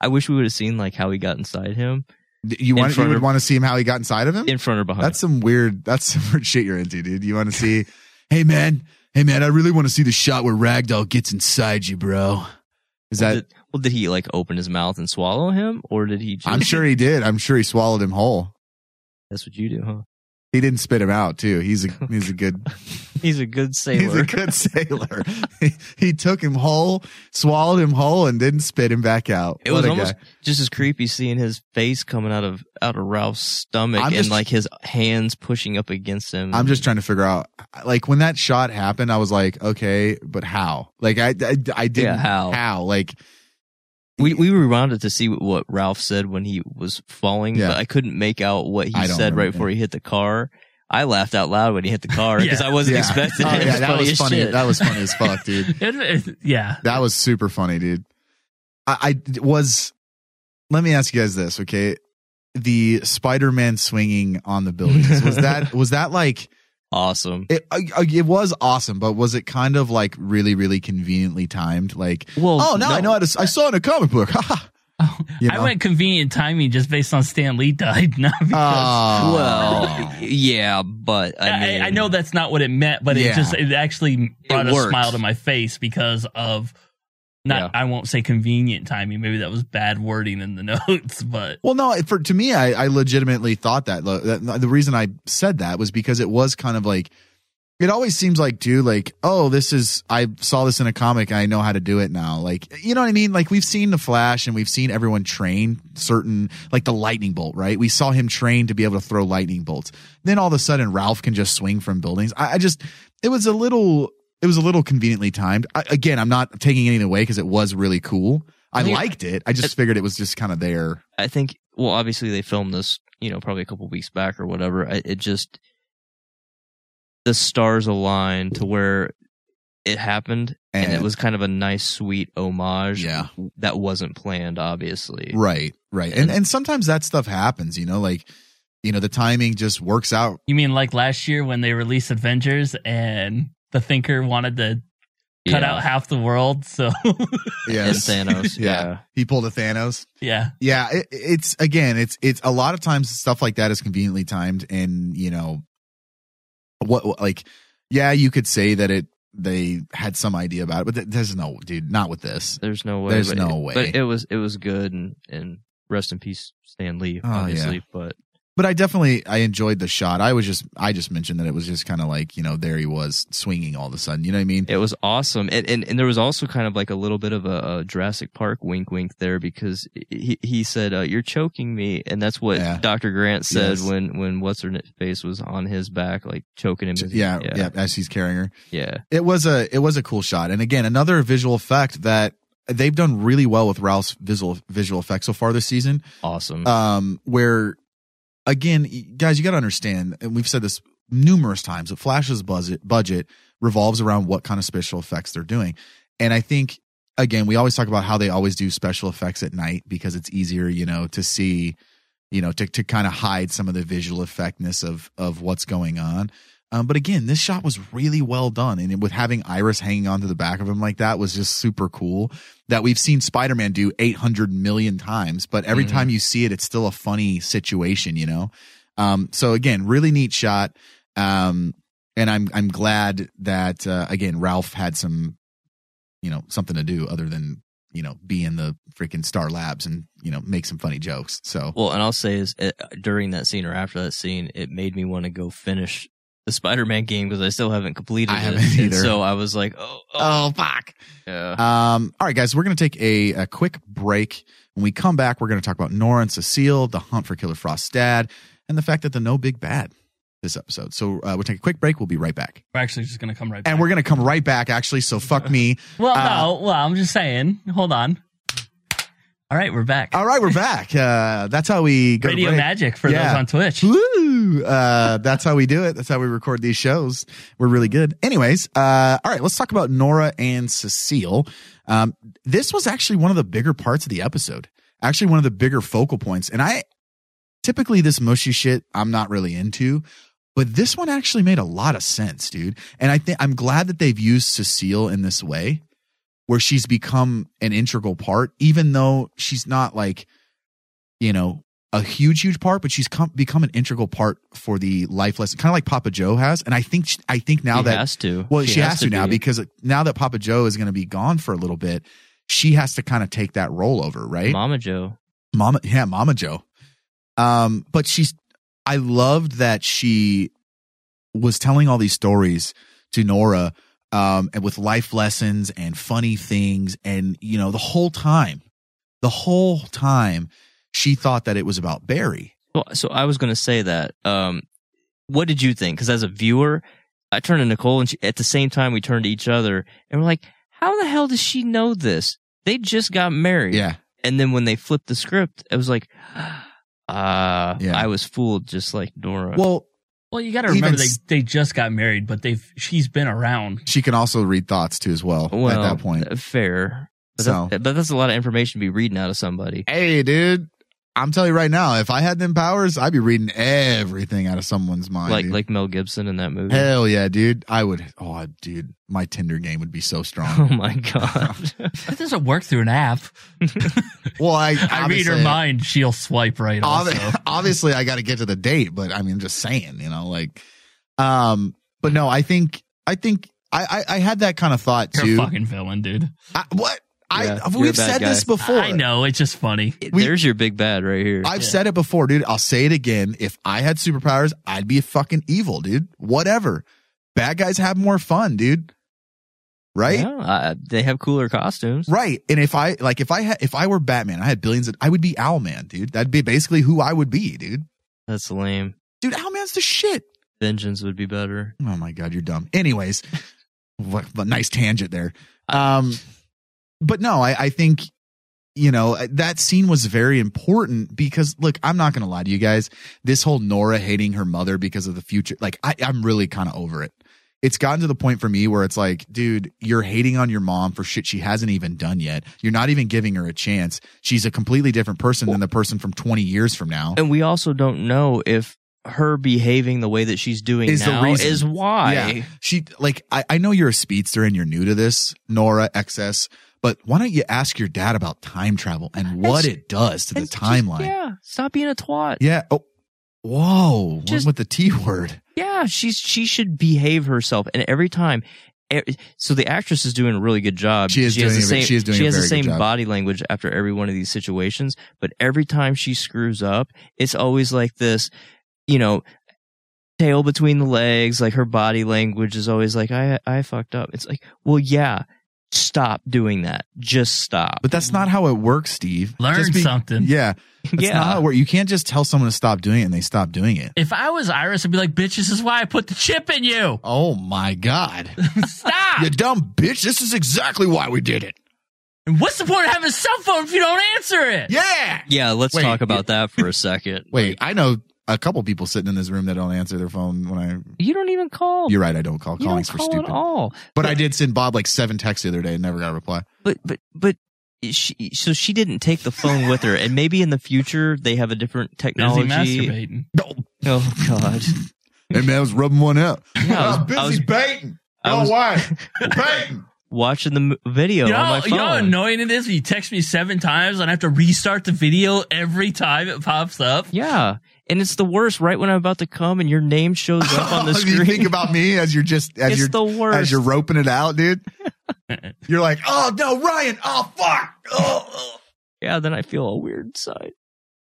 I wish we would have seen like how he got inside him.
You
In
want you
front
would
of-
want to see him how he got inside of him
in front or behind.
That's some weird. That's some weird shit you're into, dude. You want to see? hey man, hey man, I really want to see the shot where Ragdoll gets inside you, bro. Is that?
Well, did, well, did he like open his mouth and swallow him, or did he? Just,
I'm sure he did. I'm sure he swallowed him whole.
That's what you do, huh?
He didn't spit him out too. He's a he's a good
he's a good sailor.
he's a good sailor. he, he took him whole, swallowed him whole, and didn't spit him back out.
It was
What a
almost
guy.
just as creepy seeing his face coming out of out of Ralph's stomach
I'm
and
just-
like his hands pushing up against him.
I'm just trying to figure out, like, when that shot happened, I was like, okay, but how? Like, I, I, I didn't.
Yeah, how?
How? Like,
we we rewound it to see what, what Ralph said when he was falling,
Yeah.
but I couldn't make out what he
I don't
said right
remember.
before he hit the car. I laughed out loud when he hit the car because I wasn't
Yeah.
expecting
Oh,
it. It
yeah, that
funny
was
as
funny.
shit.
That was funny as fuck, dude.
yeah,
that was super funny, dude. I, I was. Let me ask you guys this, okay? The Spider-Man swinging on the buildings was that was that like
awesome?
It I- I- it was awesome, but was it kind of like really really conveniently timed? Like,
well,
oh no, I know how to. s- I saw it in a comic book. You
I
know?
went convenient timing just based on Stan Lee died. Not because
Oh. Ah.
well, yeah, but I
I,
mean,
I know that's not what it meant, but
Yeah.
it just it actually brought
It
a
worked.
smile to my face because of not I won't say convenient timing. Maybe that was bad wording in the notes, but
Well, no, for to me, I, I legitimately thought that. Lo- that- The reason I said that was because it was kind of like it always seems like dude like oh this is i saw this in a comic and i know how to do it now like you know what i mean like we've seen the flash and we've seen everyone train certain like the lightning bolt right we saw him trained to be able to throw lightning bolts then all of a sudden ralph can just swing from buildings i, I just it was a little it was a little conveniently timed I, again i'm not taking anything away because it was really cool i,
I think-
liked it i just figured it was just kind of there
I think. Well, obviously they filmed this, you know, probably a couple weeks back or whatever. I, it just the stars aligned to where it happened, and, it
And-
was kind of a nice, sweet homage.
Yeah.
that wasn't planned, obviously.
right right and and sometimes that stuff happens you know like you know the timing just works out
You mean like last year when they released Avengers and the Thinker wanted to cut
Yeah.
out half the world? So
Yes.
And Thanos, yeah.
He pulled a Thanos.
yeah,
Yeah. It, it's again, it's, it's a lot of times stuff like that is conveniently timed and, you know, what, what- like, yeah, you could say that it, they had some idea about it, but th- there's no, dude, not with this.
There's no way.
There's
but
no
it,
way.
But it was it was good, and and rest in peace, Stan Lee.
Oh,
obviously,
yeah.
but
but I definitely I enjoyed the shot. I was just I just mentioned that it was just kind of like you know there he was swinging all of a sudden. You know what I mean?
It was awesome, and and, and there was also kind of like a little bit of a, a Jurassic Park wink, wink there because he he said uh, you're choking me, and that's what Dr. Grant said
Yes.
when when what's her face was on his back, like choking him.
yeah, yeah, as he's carrying her.
Yeah.
It was a it was a cool shot. And again, another visual effect that they've done really well with Ralph's visual visual effects so far this season.
Awesome.
Um where again, y- guys, you got to understand and we've said this numerous times, but Flash's budget budget revolves around what kind of special effects they're doing. And I think again, we always talk about how they always do special effects at night because it's easier, you know, to see you know, to to kind of hide some of the visual effectness of of what's going on. Um, but again, this shot was really well done, and with having Iris hanging onto the back of him like that was just super cool. That we've seen Spider Man do eight hundred million times, but every
Mhm.
time you see it, it's still a funny situation, you know. Um, so again, really neat shot. Um, and I'm I'm glad that uh, again Ralph had some, you know, something to do other than you know be in the freaking Star Labs and you know make some funny jokes. So
Well, and I'll say is uh during that scene or after that scene, it made me want to go finish the Spider-Man game because I still haven't completed
I
it.
haven't
And
either.
so I was like, oh,
oh, fuck.
Yeah.
Um, all right, guys, we're going to take a, a quick break. When we come back, we're going to talk about Nora and Cecile, the hunt for Killer Frost's dad, and the fact that the no big bad this episode. So uh, we'll take a quick break. We'll be right back.
we're actually just gonna come right back.
And we're going to come right back, actually. So fuck me.
Well,
Uh,
no, well, I'm just saying. Hold on. All right, we're back.
All right, we're back. Uh, that's how we go. to
Radio
break.
magic for those on Twitch.
Woo! Uh, that's how we do it. That's how we record these shows. We're really good. Anyways, uh, all right, let's talk about Nora and Cecile. Um, this was actually one of the bigger parts of the episode. Actually, one of the bigger focal points. And I typically this mushy shit I'm not really into, but this one actually made a lot of sense, dude. And I think I'm glad that they've used Cecile in this way where she's become an integral part, even though she's not like, you know, a huge, huge part, but she's come, become an integral part for the life lesson, kind of like Papa Joe has. And I think, she, I think now
She
that
has to.
well, she, has, to, now because uh, now that Papa Joe is going to be gone for a little bit, she has to kind of take that role over, right?
Mama Joe.
Mama, yeah, Mama Joe. Um, but she's, I loved that she was telling all these stories to Nora, um, and with life lessons and funny things, and you know, the whole time, the whole time, she thought that it was about Barry.
Well, so I was going to say that. Um, what did you think? Because as a viewer, I turned to Nicole, and she, at the same time, we turned to each other, and we're like, "How the hell does she know this? They just got married."
Yeah.
And then when they flipped the script, it was like, "Ah, I was fooled, just like Nora."
Well,
well, you got to
even
remember they
s-
they just got married, but they've she's been around.
She can also read thoughts too, as well.
Well, uh,
at that point,
fair. But,
So-
that's, but that's a lot of information to be reading out of somebody.
hey, dude, I'm telling you right now, if I had them powers, I'd be reading everything out of someone's mind.
Like
dude.
like Mel Gibson in that movie.
Hell yeah, dude. I would. Oh, dude, my Tinder game would be so strong.
Oh my god.
That doesn't work through an app.
well, I
I read her
obviously-
mind. She'll swipe right. Also,
Obvi- Obviously, I got to get to the date, but I mean, I'm just saying, you know, like, um, but no, I think, I think, I, I, I had that kind of thought
you're
too.
a fucking villain, dude.
I, what? I we've said this before.
I know it's just funny.
There's your big bad right here.
I've said it before, dude. I'll say it again. If I had superpowers, I'd be fucking evil, dude. Whatever. bad guys have more fun, dude. Right?
Yeah, uh, they have cooler costumes.
Right. And if I like if I had if I were Batman, I had billions of I would be Owlman, dude. That'd be basically who I would be, dude.
That's lame.
Dude, Owlman's the shit.
Vengeance would be better.
Oh my god, you're dumb. Anyways, what a nice tangent there. Um but no, I, I think you know uh, that scene was very important because look i'm not gonna lie to you guys this whole nora hating her mother because of the future like I, i'm really kind of over it it's gotten to the point for me where it's like dude you're hating on your mom for shit she hasn't even done yet you're not even giving her a chance she's a completely different person than the person from 20 years from now
And we also don't know if her behaving the way that she's doing
Is the
now
reason.
is why.
Yeah. She like I, I know you're a speedster and you're new to this, Nora XS, but why don't you ask your dad about time travel and what
That's-
it does to the
and just-
timeline?
yeah. Stop being a twat.
Yeah. Oh, whoa. One
Just-
with the T word.
Yeah, she's she should behave herself, and every time. e- So the actress is doing a really good job.
She is
has
doing a-
the same,
she is doing
She
a
has the
very good
same
job.
body language after every one of these situations, but every time she screws up, it's always like this, you know, tail between the legs. Like her body language is always like, "I I fucked up." It's like, well, yeah, stop doing that. Just stop.
But that's not how it works, Steve.
Learn
Just
something.
Yeah. That's
Yeah.
not how it works. You can't just tell someone to stop doing it and they stop doing it.
If I was Iris, I'd be like, bitch, this is why I put the chip in you.
Oh my God.
Stop.
you dumb bitch. This is exactly why we did it.
And what's the point of having a cell phone if you don't answer it?
Yeah.
Yeah, let's
Wait,
talk about that for a second.
Wait, I know a couple people sitting in this room that don't answer their phone when I
You don't even call.
You're right. I don't call.
You don't
Calling's for
call
stupid.
at all.
But, I did send Bob like seven texts the other day and never got a reply.
But but but she so she didn't take the phone with her, and maybe in the future they have a different technology.
masturbating.
Oh God.
Hey man, I was rubbing one out.
I was, I was
baiting.
I was-
wife baiting.
watching the m- video
You know,
on my
how-
phone.
you know how annoying it is when you text me seven times and I have to restart the video every time it pops up?
yeah, and it's the worst. Right when I'm about to come, and your name shows up on the
you
screen.
think about me as you're just as
It's
you're
the worst.
as you're roping it out, dude. you're like, oh no, Ryan. Oh fuck. Oh, oh.
yeah, then I feel a weird inside.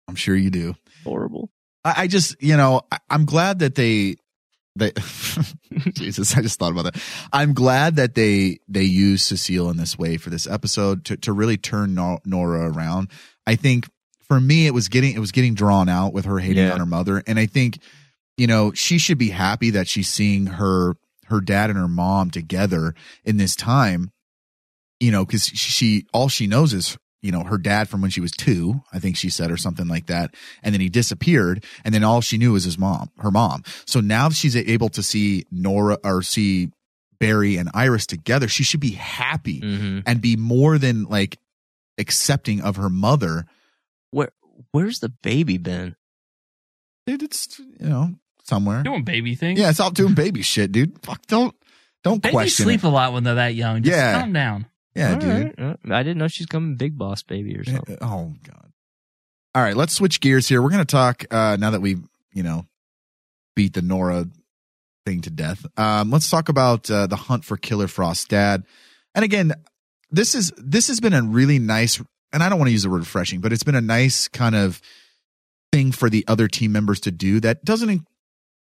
I'm sure you do.
Horrible.
I, I just, you know, I, I'm glad that they, they, Jesus, I just thought about that. I'm glad that they, they use Cecile in this way for this episode to, to really turn Nor- Nora around. I think for me, it was getting, it was getting drawn out with her hating
Yeah.
on her mother. And I think, you know, she should be happy that she's seeing her, her dad and her mom together in this time you know, because she all she knows is you know her dad from when she was two, I think she said or something like that, and then he disappeared, and then all she knew was his mom, her mom. So now she's able to see Nora or see Barry and Iris together. She should be happy
Mm.
Mm-hmm.
and be more than like accepting of her mother.
Where where's the baby been?
Dude, it's you know somewhere.
Doing baby things.
Yeah, stop doing baby shit, dude. Fuck, don't don't
Babies
question.
sleep
it.
a lot when they're that young. Just
Yeah.
calm down.
Yeah,
All
dude.
right. Uh, I didn't know she's coming big boss baby or something.
Oh god. All right, let's switch gears here. We're going to talk uh now that we, you know, beat the Nora thing to death. Um let's talk about uh, the hunt for Killer Frost dad. And again, this is this has been a really nice and I don't want to use the word refreshing, but it's been a nice kind of thing for the other team members to do that doesn't in-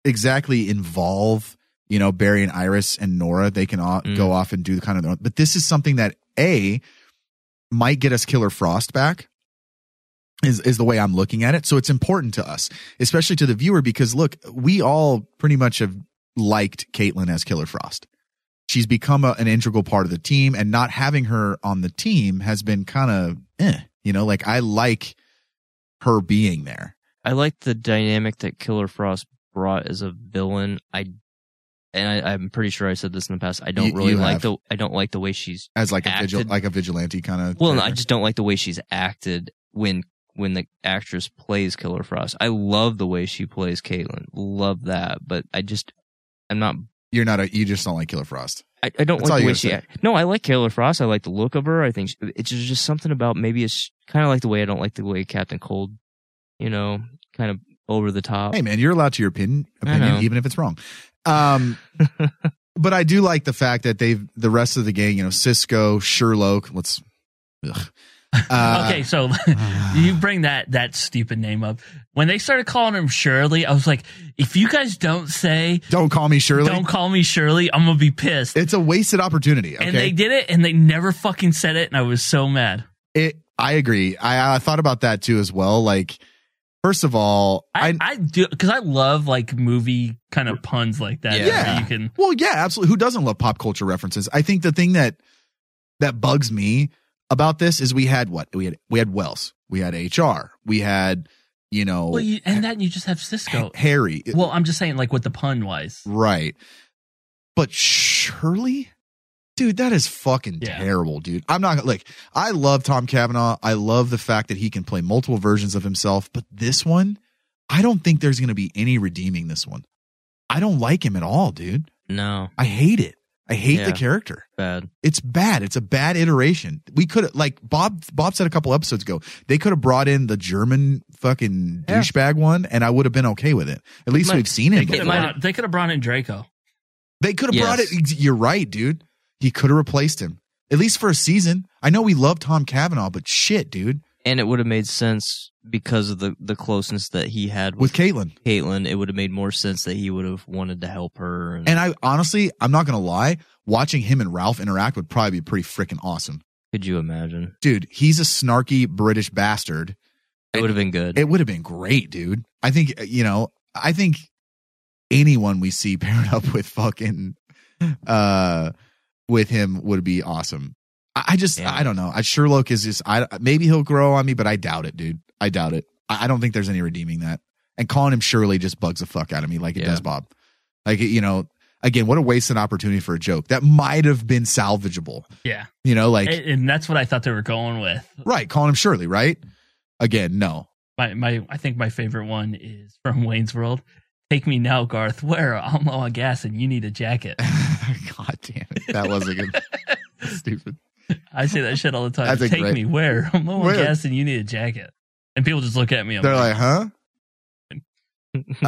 exactly involve you know Barry and Iris and Nora. They can all go off and do kind of their own. But this is something that a might get us Killer Frost back. Is, is the way I'm looking at it. So it's important to us, especially to the viewer, because look, we all pretty much have liked Caitlyn as Killer Frost. She's become a, an integral part of the team, and not having her on the team has been kind of, eh, you know, like I like her being there.
I like the dynamic that Killer Frost brought as a villain. I and I, I'm pretty sure I said this in the past. I don't
You-
really
you
like
have.
the I don't like the way she's
as like a
acted.
vigil, like a vigilante kind of.
well, no, I just don't like the way she's acted when when the actress plays Killer Frost. I love the way she plays Caitlyn. Love that, but I just I'm not.
You're not a. You just don't like Killer Frost.
I, I don't
That's all
like
you
the way
gotta
she.
say.
Act. No, I like Killer Frost. I like the look of her. I think she, it's just just something about maybe it's kind of like the way I don't like the way Captain Cold, you know, kind of over the top.
Hey, man, you're allowed to your opinion,
I know.
opinion even if it's wrong. Um, but I do like the fact that they've the rest of the gang. You know, Cisco, Sherlock. Let's. Ugh. Uh,
okay, so you bring that that stupid name up. When they started calling him Shirley, I was like, if you guys don't say
Don't call me Shirley.
Don't call me Shirley, I'm gonna be pissed.
It's a wasted opportunity.
And they did it and they never fucking said it and I was so mad.
It I agree. I, I thought about that too as well. Like, first of all,
I, I do because I love like movie kind of puns like that.
Yeah.
that You can
Well, yeah, absolutely. Who doesn't love pop culture references? I think the thing that that bugs me about this is we had what? We had we had Wells. We had HR. We had, you know,
well, you, and then you just have Cisco.
Harry.
Well, I'm just saying like with the pun wise.
Right. But Shirley? Dude, that is fucking terrible, dude. I'm not like I love Tom Cavanaugh. I love the fact that he can play multiple versions of himself, but this one, I don't think there's going to be any redeeming this one. I don't like him at all, dude.
No.
I hate it. I hate
Yeah.
the character.
Bad.
It's bad. It's a bad iteration. We could like Bob Bob said a couple episodes ago, they could have brought in the German fucking douchebag one and I would have been okay with it. At least
Might-
we've seen
They
it.
could have
before.
brought, they could have brought in Draco.
They could have brought
Yes.
it. You're right, dude. He could have replaced him at least for a season. I know we love Tom Cavanaugh, but shit, dude.
And it would have made sense because of the, the closeness that he had with,
Caitlin.
Caitlin, it would have made more sense that he would have wanted to help her. And,
And I honestly, I'm not gonna lie. Watching him and Ralph interact would probably be pretty freaking awesome,
could you imagine?
dude. He's a snarky British bastard.
It would have been good.
It would have been great, dude. I think uh, you know. I think anyone we see paired up with fucking uh with him would be awesome. I, I just I don't know. I Sherlock is just I maybe he'll grow on me, but I doubt it, dude. I doubt it. I, I don't think there's any redeeming that. And calling him Shirley just bugs the fuck out of me, like it does Bob. Like you know, again, what a wasted opportunity for a joke that might have been salvageable.
Yeah.
You know, like
and, and that's what I thought they were going with.
right, calling him Shirley, right? Again, no.
My my I think my favorite one is from Wayne's World. Take me now, Garth. Where I'm low on gas and you need a jacket.
God damn it, that was a good stupid.
I say that shit all the time.
That's a
Take
great-
me where I'm low
Where?
on gas and you need a jacket. And people just look at me. I'm
They're like, huh?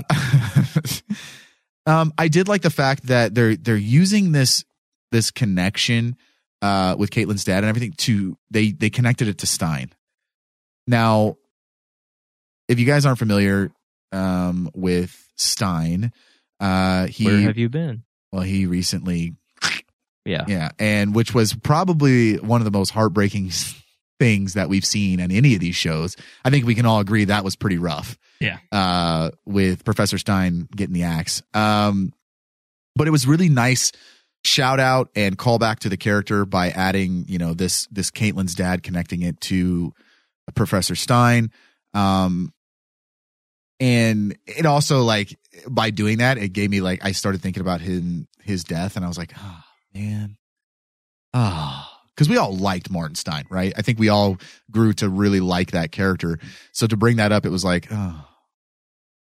um, I did like the fact that they're they're using this this connection uh, with Caitlin's dad and everything to they they connected it to Stein. Now, if you guys aren't familiar um, with Stein, uh, he
Where have you been?
well he recently
Yeah.
yeah and which was probably one of the most heartbreaking things that we've seen on any of these shows. I think we can all agree that was pretty rough
Yeah.
uh, with Professor Stein getting the axe. Um, but it was really nice shout out and call back to the character by adding, you know, this this Caitlin's dad connecting it to Professor Stein. Um, and it also like by doing that, it gave me like I started thinking about him his death, and I was like, ah, man, ah. Because we all liked Martin Stein, right? I think we all grew to really like that character. So to bring that up, it was like, oh,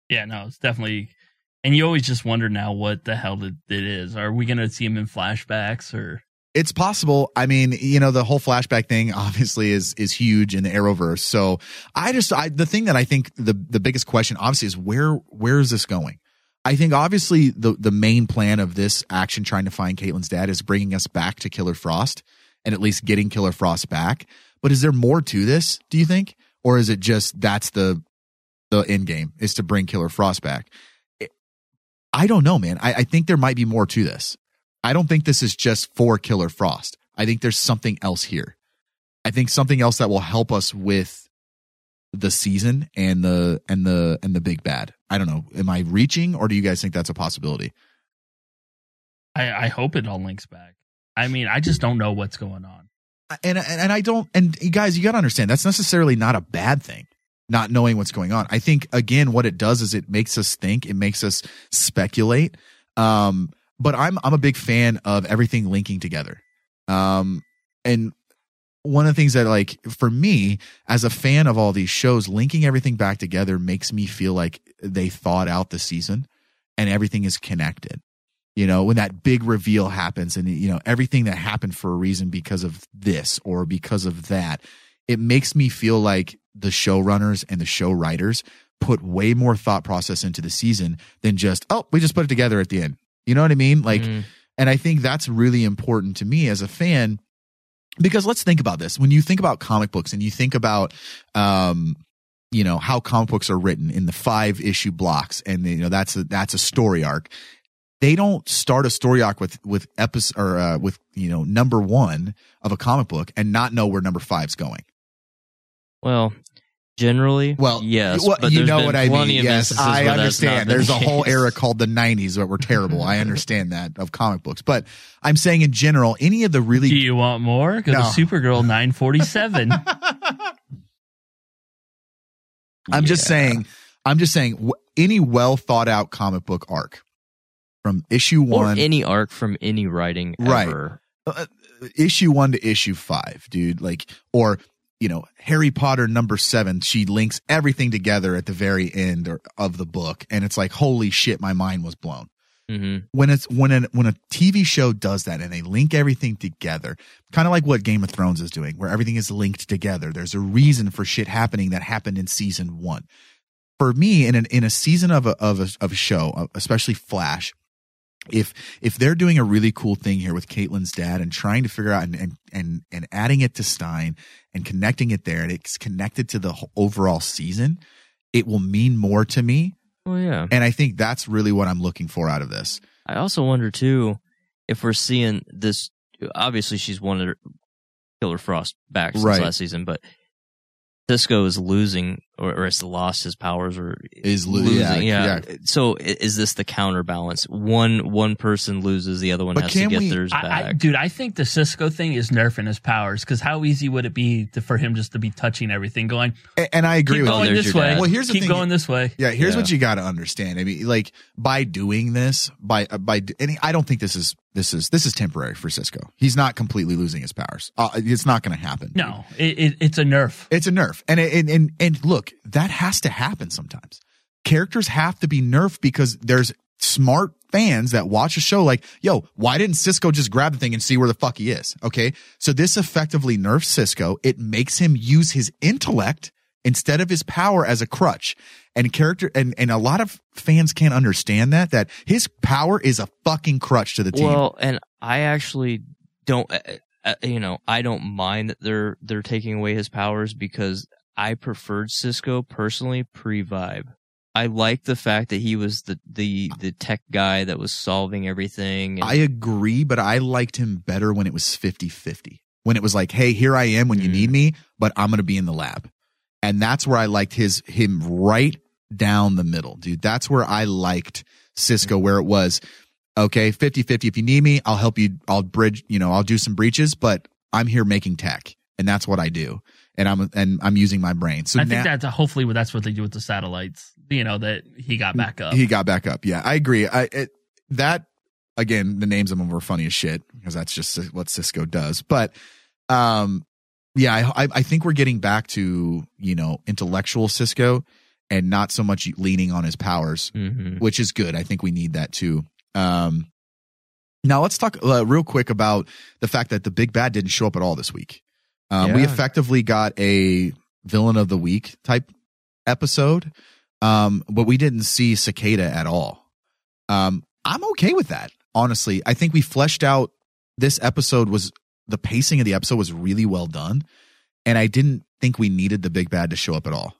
Yeah, no, it's definitely. And you always just wonder now what the hell it, it is. Are we going to see him in flashbacks or?
It's possible. I mean, you know, the whole flashback thing obviously is is huge in the Arrowverse. So I just I, the thing that I think the the biggest question obviously is where where is this going? I think obviously the the main plan of this action trying to find Caitlin's dad is bringing us back to Killer Frost and at least getting Killer Frost back. But is there more to this? Do you think, or is it just that's the the end game is to bring Killer Frost back? I don't know, man. I, I think there might be more to this. I don't think this is just for Killer Frost. I think there's something else here. I think something else that will help us with the season and the and the and the big bad. I don't know. Am I reaching or do you guys think that's a possibility?
I, I hope it all links back. I mean, I just don't know what's going on.
And and, and I don't and you guys, you got to understand that's necessarily not a bad thing. Not knowing what's going on. I think again what it does is it makes us think, it makes us speculate. Um but I'm I'm a big fan of everything linking together. Um and one of the things that like for me as a fan of all these shows linking everything back together makes me feel like they thought out the season and everything is connected you know when that big reveal happens and you know everything that happened for a reason because of this or because of that it makes me feel like the showrunners and the show writers put way more thought process into the season than just oh we just put it together at the
Hmm.
end you know what i mean like and i think that's really important to me as a fan because let's think about this when you think about comic books and you think about um you know how comic books are written in the five issue blocks and you know that's a that's a story arc they don't start a story arc with with episode or uh, with you know number one of a comic book and not know where number five's going
Well, generally, well, yes,
well,
but
you
there's
know
been
what I
plenty
mean.
of
Yes,
instances
I
where that's not
understand.
been
There's
the
a whole
case.
era called the '90s that were terrible. I understand that of comic books, but I'm saying in general, any of the really
Do you want more? Go
No.
to Supergirl 947.
I'm just saying, I'm just saying, w- any well thought out comic book arc from issue
Or
one,
any arc from any writing
right,
ever.
Uh, issue one to issue five, dude. Like, or you know, Harry Potter number seven. She links everything together at the very end or, of the book, and it's like, holy shit, my mind was blown.
Mhm.
When it's when an, when a TV show does that and they link everything together, kind of like what Game of Thrones is doing, where everything is linked together. There's a reason for shit happening that happened in season one for me in an in a season of a of a, of a show, uh, especially Flash, if if they're doing a really cool thing here with Caitlyn's dad and trying to figure out and and and, and adding it to Stein and connecting it there and it's connected to the whole overall season, it will mean more to me.
Well, yeah.
And I think that's really what I'm looking for out of this.
I also wonder too if we're seeing this. Obviously, she's wanted Killer Frost back since
Right.
last season, but Cisco is losing or, or has lost his powers or
Is lo-
losing.
yeah,
yeah. So i- is this the counterbalance? One one person loses, the other one has to get theirs
I- I-
back.
dude, I think the Cisco thing is nerfing his powers because how easy would it be to, for him just to be touching everything, going,
A- And I agree
keep
with
going
you.
this way.
Well, here's the
keep
thing.
going this way.
Yeah, here's what you got to understand. I mean, like by doing this, by uh, by d- any, I don't think this is this is this is temporary for Cisco. He's not completely losing his powers. Uh, it's not going to happen.
No, it, it, it's a nerf.
It's a nerf, and it- and and and look, that has to happen sometimes. Characters have to be nerfed because there's smart fans that watch a show like, yo, why didn't Cisco just grab the thing and see where the fuck he is? Okay, so this effectively nerfs Cisco. It makes him use his intellect instead of his power as a crutch and character and, and a lot of fans can't understand that that his power is a fucking crutch to the team
Well, and I actually don't. uh, Uh, you know, I don't mind that they're they're taking away his powers because I preferred Cisco personally pre Vibe. I like the fact that he was the the the tech guy that was solving everything. and-
I agree, but I liked him better when it was 50 50. When it was like, hey, here I am when you
Mm.
need me, but I'm going to be in the lab. And that's where I liked his, him right down the middle, dude. That's where I liked Cisco,
Mm.
where it was, okay, 50 50. If you need me, I'll help you. I'll bridge, you know, I'll do some breaches, but I'm here making tech. And that's what I do. And I'm, and I'm using my brain. So
I
now-
think that's hopefully what that's what they do with the satellites. You know that he got back up.
He got back up. Yeah, I agree. I it, that again, the names of them were funny as shit because that's just what Cisco does. But um, yeah, I, I I think we're getting back to you know intellectual Cisco and not so much leaning on his powers,
Mm-hmm.
which is good. I think we need that too. Um, now let's talk uh, real quick about the fact that the big bad didn't show up at all this week. Um, We
Yeah.
effectively got a villain of the week type episode, um, but we didn't see Cicada at all. Um, I'm okay with that, honestly. I think we fleshed out this episode was the pacing of the episode was really well done, and I didn't think we needed the big bad to show up at all.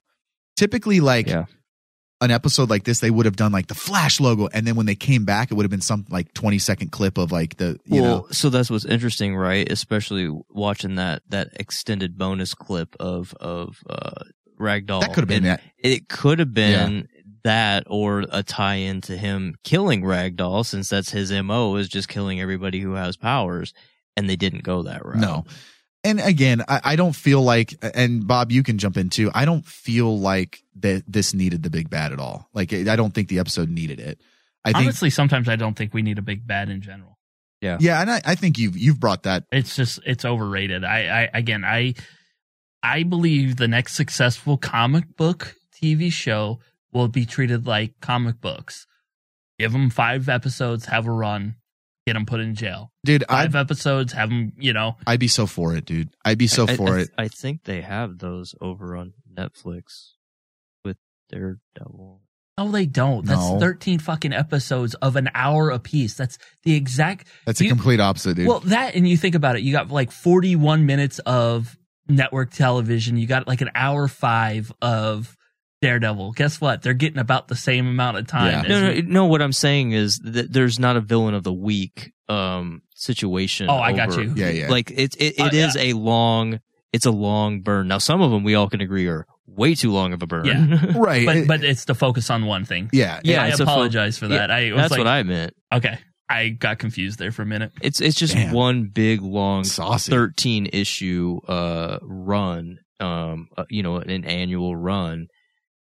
Typically, like an episode like this, they would have done like the Flash logo, and then when they came back, it would have been some like 20 second clip of like the you
well,
know
so that's what's interesting, right? Especially watching that that extended bonus clip of of uh, Ragdoll.
That could've been
And
that.
It could have been that, or a tie-in to him killing Ragdoll, since that's his mo is just killing everybody who has powers, and they didn't go that route.
No. And again, I, I don't feel like, and Bob, you can jump in too. I don't feel like that this needed the big bad at all. Like, I don't think the episode needed it. I think,
Honestly, sometimes I don't think we need a big bad in general.
yeah,
yeah, and I, I think you've you've brought that.
It's just it's overrated. I, I again I I believe the next successful comic book TV show will be treated like comic books. Give them five episodes, have a run, get them put in jail.
Dude, I-
5 episodes, have them. You know,
I'd be so for it, dude. I'd be so
I- I-
for it.
I think they have those over on Netflix with Daredevil.
No, they don't. That's
No.
13 fucking episodes of an hour apiece. That's the exact.
That's the complete opposite, dude.
Well, that, and you think about it, you got like 41 minutes of network television. You got like an hour five of Daredevil. Guess what? They're getting about the same amount of time. as-
No, no, no, what I'm saying is that there's not a villain of the week um situation.
Oh, I got
over-
you. Yeah, yeah.
Like it, it,
Uh,
it is a long, it's a long burn. Now, some of them we all can agree are way too long of a burn.
Yeah.
right.
But, but it's to focus on one thing.
Yeah, yeah,
I
it's a fo-
apologize for that.
Yeah,
I was
that's
like-
what I meant.
Okay. I got confused there for a minute.
It's it's just
Damn.
one big long thirteen issue uh run, um, uh, you know, an annual run.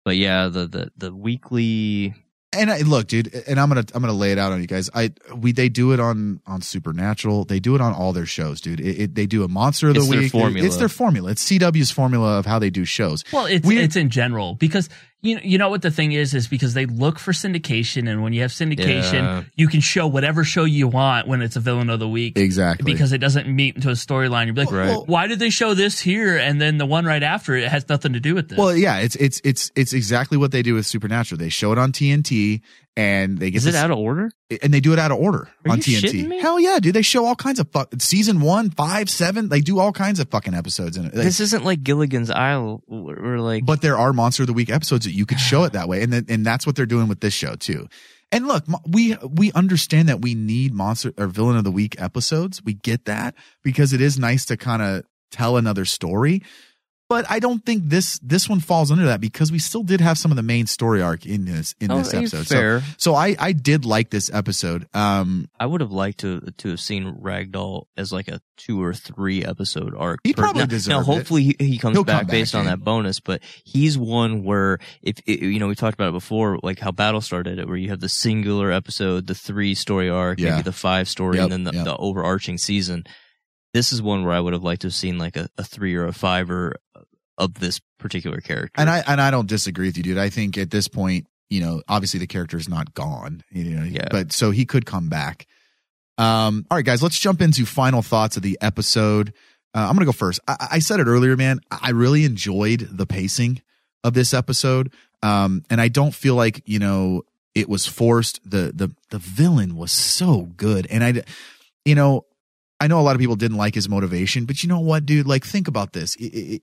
But yeah, the the the weekly.
and I, look, dude, and I'm gonna I'm gonna lay it out on you guys. I we they do it on on Supernatural. They do it on all their shows, dude. It, it, they do a monster of the
It's
week.
their
They-
formula.
It's their formula. It's CW's formula of how they do shows.
Well, it's it's in general because you you know what the thing is is because they look for syndication, and when you have syndication,
Yeah.
you can show whatever show you want when it's a villain of the week,
Exactly.
because it doesn't meet into a storyline. You're like,
Right.
"Well, why did they show this here and then the one right after it has nothing to do with this?
Well, yeah, it's it's it's it's exactly what they do with Supernatural. They show it on TNT, and they get
Is it
this-
out of order?
And they do it out of order on
you
TNT.
shitting me?
Hell yeah, dude! They show all kinds of fuck season one, five, seven. They do all kinds of fucking episodes in it. Like-
This isn't like Gilligan's Isle, or like.
but there are monster of the week episodes that you could show it that way, and then, and that's what they're doing with this show too. And look, mo- we we understand that we need monster or villain of the week episodes. We get that because it is nice to kind of tell another story. But I don't think this this one falls under that because we still did have some of the main story arc in this in
Oh,
this
that's
episode.
fair.
So, so I I did like this episode. Um,
I would have liked to to have seen Ragdoll as like a two or three episode arc.
He
per-
probably
now,
deserved
Now,
it.
hopefully, he, he comes
He'll
back,
come back,
based on
yeah.
that bonus. But he's one where if i you know we talked about it before, like how Battlestar did it, where you have the singular episode, the three story arc,
Yeah.
maybe the five story,
Yep,
and then the, the overarching season. This is one where I would have liked to have seen like a, a three or a five or of this particular character.
And I and I don't disagree with you, dude. I think at this point, you know, obviously the character is not gone, you know, but so he could come back. Um, all right, guys, let's jump into final thoughts of the episode. Uh, I'm gonna go first. I, I said it earlier, man. I really enjoyed the pacing of this episode, um, and I don't feel like you know it was forced. the the The villain was so good, and I, you know, I know a lot of people didn't like his motivation, but you know what, dude? Like, think about this. It- it- it-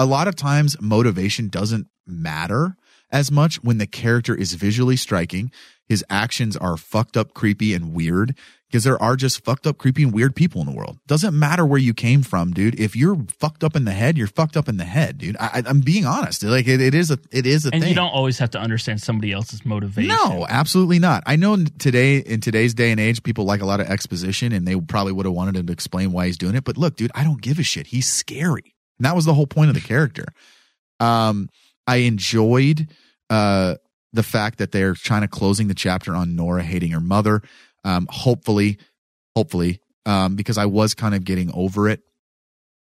a lot of times, motivation doesn't matter as much when the character is visually striking. His actions are fucked up, creepy, and weird because there are just fucked up, creepy, and weird people in the world. Doesn't matter where you came from, dude. If you're fucked up in the head, you're fucked up in the head, dude. I, I- I'm being honest. Like it, it is a, it is a
and
thing.
you don't always have to understand somebody else's motivation.
No, absolutely not. I know in today in today's day and age, people like a lot of exposition, and they probably would have wanted him to explain why he's doing it. But look, dude, I don't give a shit. He's scary, and that was the whole point of the character. Um, I enjoyed uh the fact that they're trying to closing the chapter on Nora hating her mother. Um, hopefully, hopefully, um, because I was kind of getting over it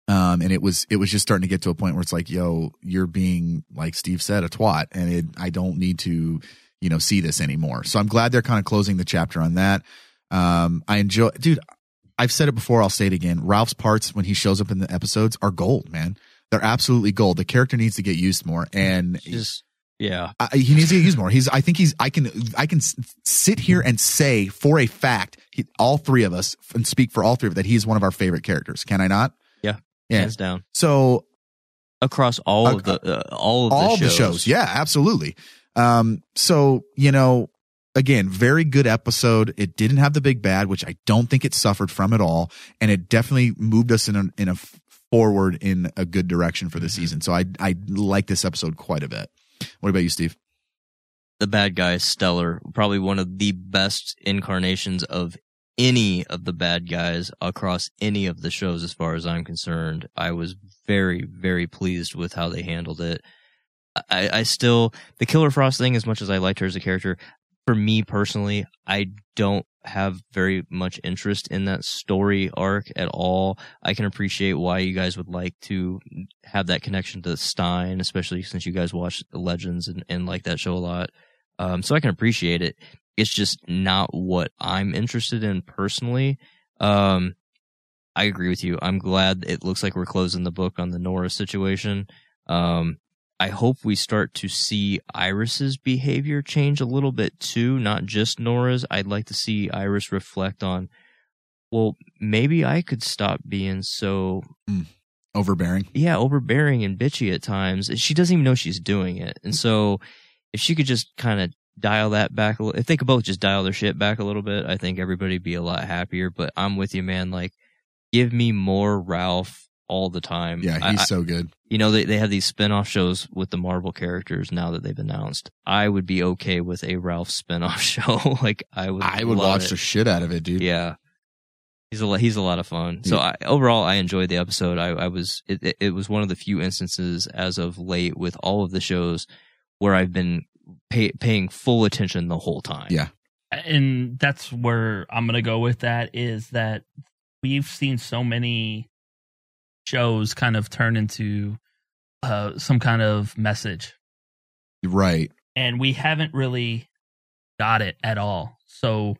um, and it was it was just starting to get to a point where it's like, yo, you're being like Steve said, a twat, and it, I don't need to, you know, see this anymore. So I'm glad they're kind of closing the chapter on that. Um, I enjoy, dude. I've said it before. I'll say it again. Ralph's parts when he shows up in the episodes are gold, man. They're absolutely gold. The character needs to get used more, and
just yeah,
I, he needs to get used more. He's. I think he's. I can. I can s- sit here and say for a fact, he, all three of us, and speak for all three of us, that he's one of our favorite characters. Can I not?
yeah,
Yeah.
hands down
So
across all of the uh, all of the
all
shows.
the shows. Yeah, absolutely. Um, so you know, again, very good episode. It didn't have the big bad, which I don't think it suffered from at all, and it definitely moved us in a, in a f- forward in a good direction for the
Mm-hmm.
season. So I I like this episode quite a bit. What about you, Steve?
the bad guy is stellar. Probably one of the best incarnations of any of the bad guys across any of the shows, as far as I'm concerned. I was very, very pleased with how they handled it. I, I still, the Killer Frost thing, as much as I liked her as a character, for me personally, I don't have very much interest in that story arc at all. I can appreciate why you guys would like to have that connection to Stein, especially since you guys watch the Legends and, and like that show a lot. Um, so I can appreciate it. It's just not what I'm interested in personally. Um, I agree with you. I'm glad it looks like we're closing the book on the Nora situation. Um, I hope we start to see Iris's behavior change a little bit too, not just Nora's. I'd like to see Iris reflect on, well, maybe I could stop being so
overbearing.
Yeah, overbearing and bitchy at times. And She doesn't even know she's doing it. And so if she could just kind of dial that back a little, if they could both just dial their shit back a little bit, I think everybody'd be a lot happier. But I'm with you, man. Like, give me more Ralph all the time.
Yeah,
Mm, I-
he's
I-
so good.
You know, they, they have these spin off shows with the Marvel characters now that they've announced. I would be okay with a Ralph spin off show. like, I would
I would
love
watch
it.
the shit out of it, dude.
Yeah. He's a lo- he's a lot of fun. So I, overall, I enjoyed the episode. I, I was it, it- it was one of the few instances as of late with all of the shows where I've been pay, paying full attention the whole time.
Yeah,
and that's where I'm gonna go with that is that we've seen so many shows kind of turn into uh, some kind of message,
Right.
and we haven't really got it at all. So,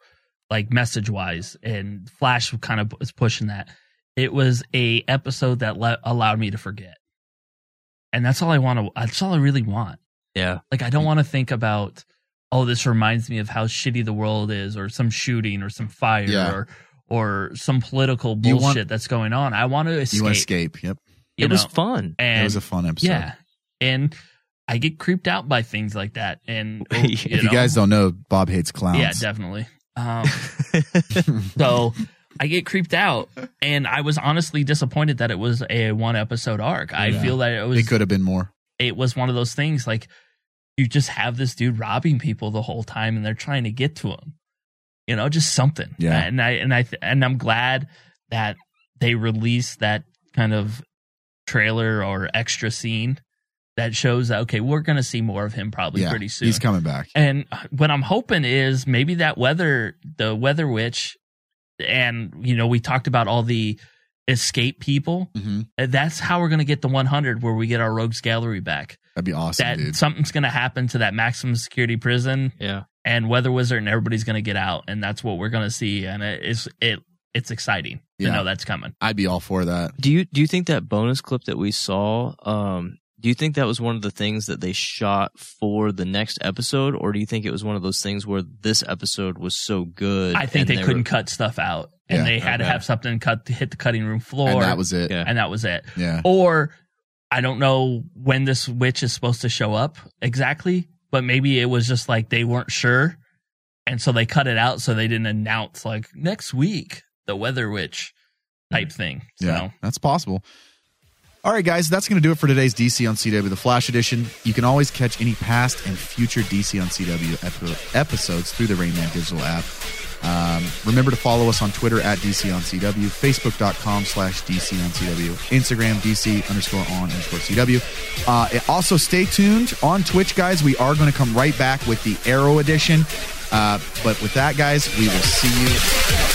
like message wise, and Flash kind of is pushing that. It was a episode that le- allowed me to forget, and that's all I want to. That's all I really want.
yeah.
Like I don't want to think about oh this reminds me of how shitty the world is or some shooting or some fire
Yeah.
or or some political
You
bullshit
want-
that's going on. I want to escape.
You want to escape? Yep.
you know? And
it was a fun episode.
Yeah. And I get creeped out by things like that and oh,
If you guys don't know, Bob hates clowns.
yeah, definitely. Um, so I get creeped out, and I was honestly disappointed that it was a one episode arc. I
Yeah.
feel that it was
It could have been more.
it was one of those things like you just have this dude robbing people the whole time and they're trying to get to him you know just something
Yeah.
and i and i th- and i'm glad that they released that kind of trailer or extra scene that shows that okay we're going to see more of him probably
yeah,
pretty soon
he's coming back.
and what I'm hoping is maybe that weather, the weather witch, and you know, we talked about all the escape people.
Mhm.
Uh, That's how we're going to get the 100 where we get our rogues gallery back.
That'd be awesome,
that
dude.
something's going to happen to that maximum security prison.
Yeah.
And weather wizard and everybody's going to get out, and that's what we're going to see. And it is it it's exciting
Yeah.
to know that's coming.
I'd be all for that.
Do you do you think that bonus clip that we saw? Um, do you think that was one of the things that they shot for the next episode, or do you think it was one of those things where this episode was so good?
I think
and
they
were-
couldn't cut stuff out, and
Yeah,
they had to
okay.
have something cut to hit the cutting room floor.
And that was it. Yeah.
And that was it.
Yeah.
Or I don't know when this witch is supposed to show up exactly, but maybe it was just like they weren't sure, and so they cut it out so they didn't announce like next week the weather witch
Mm.
type thing. So
Yeah, that's possible. All right, guys, that's going to do it for today's DC on CW, the Flash Edition. You can always catch any past and future DC on CW ep- episodes through the Rainman Digital app. Um, remember to follow us on Twitter at DC on CW, Facebook.com slash DC on CW, Instagram DC underscore on underscore CW. Uh, and also, stay tuned on Twitch, guys. We are going to come right back with the Arrow Edition. Uh, but with that, guys, we will see you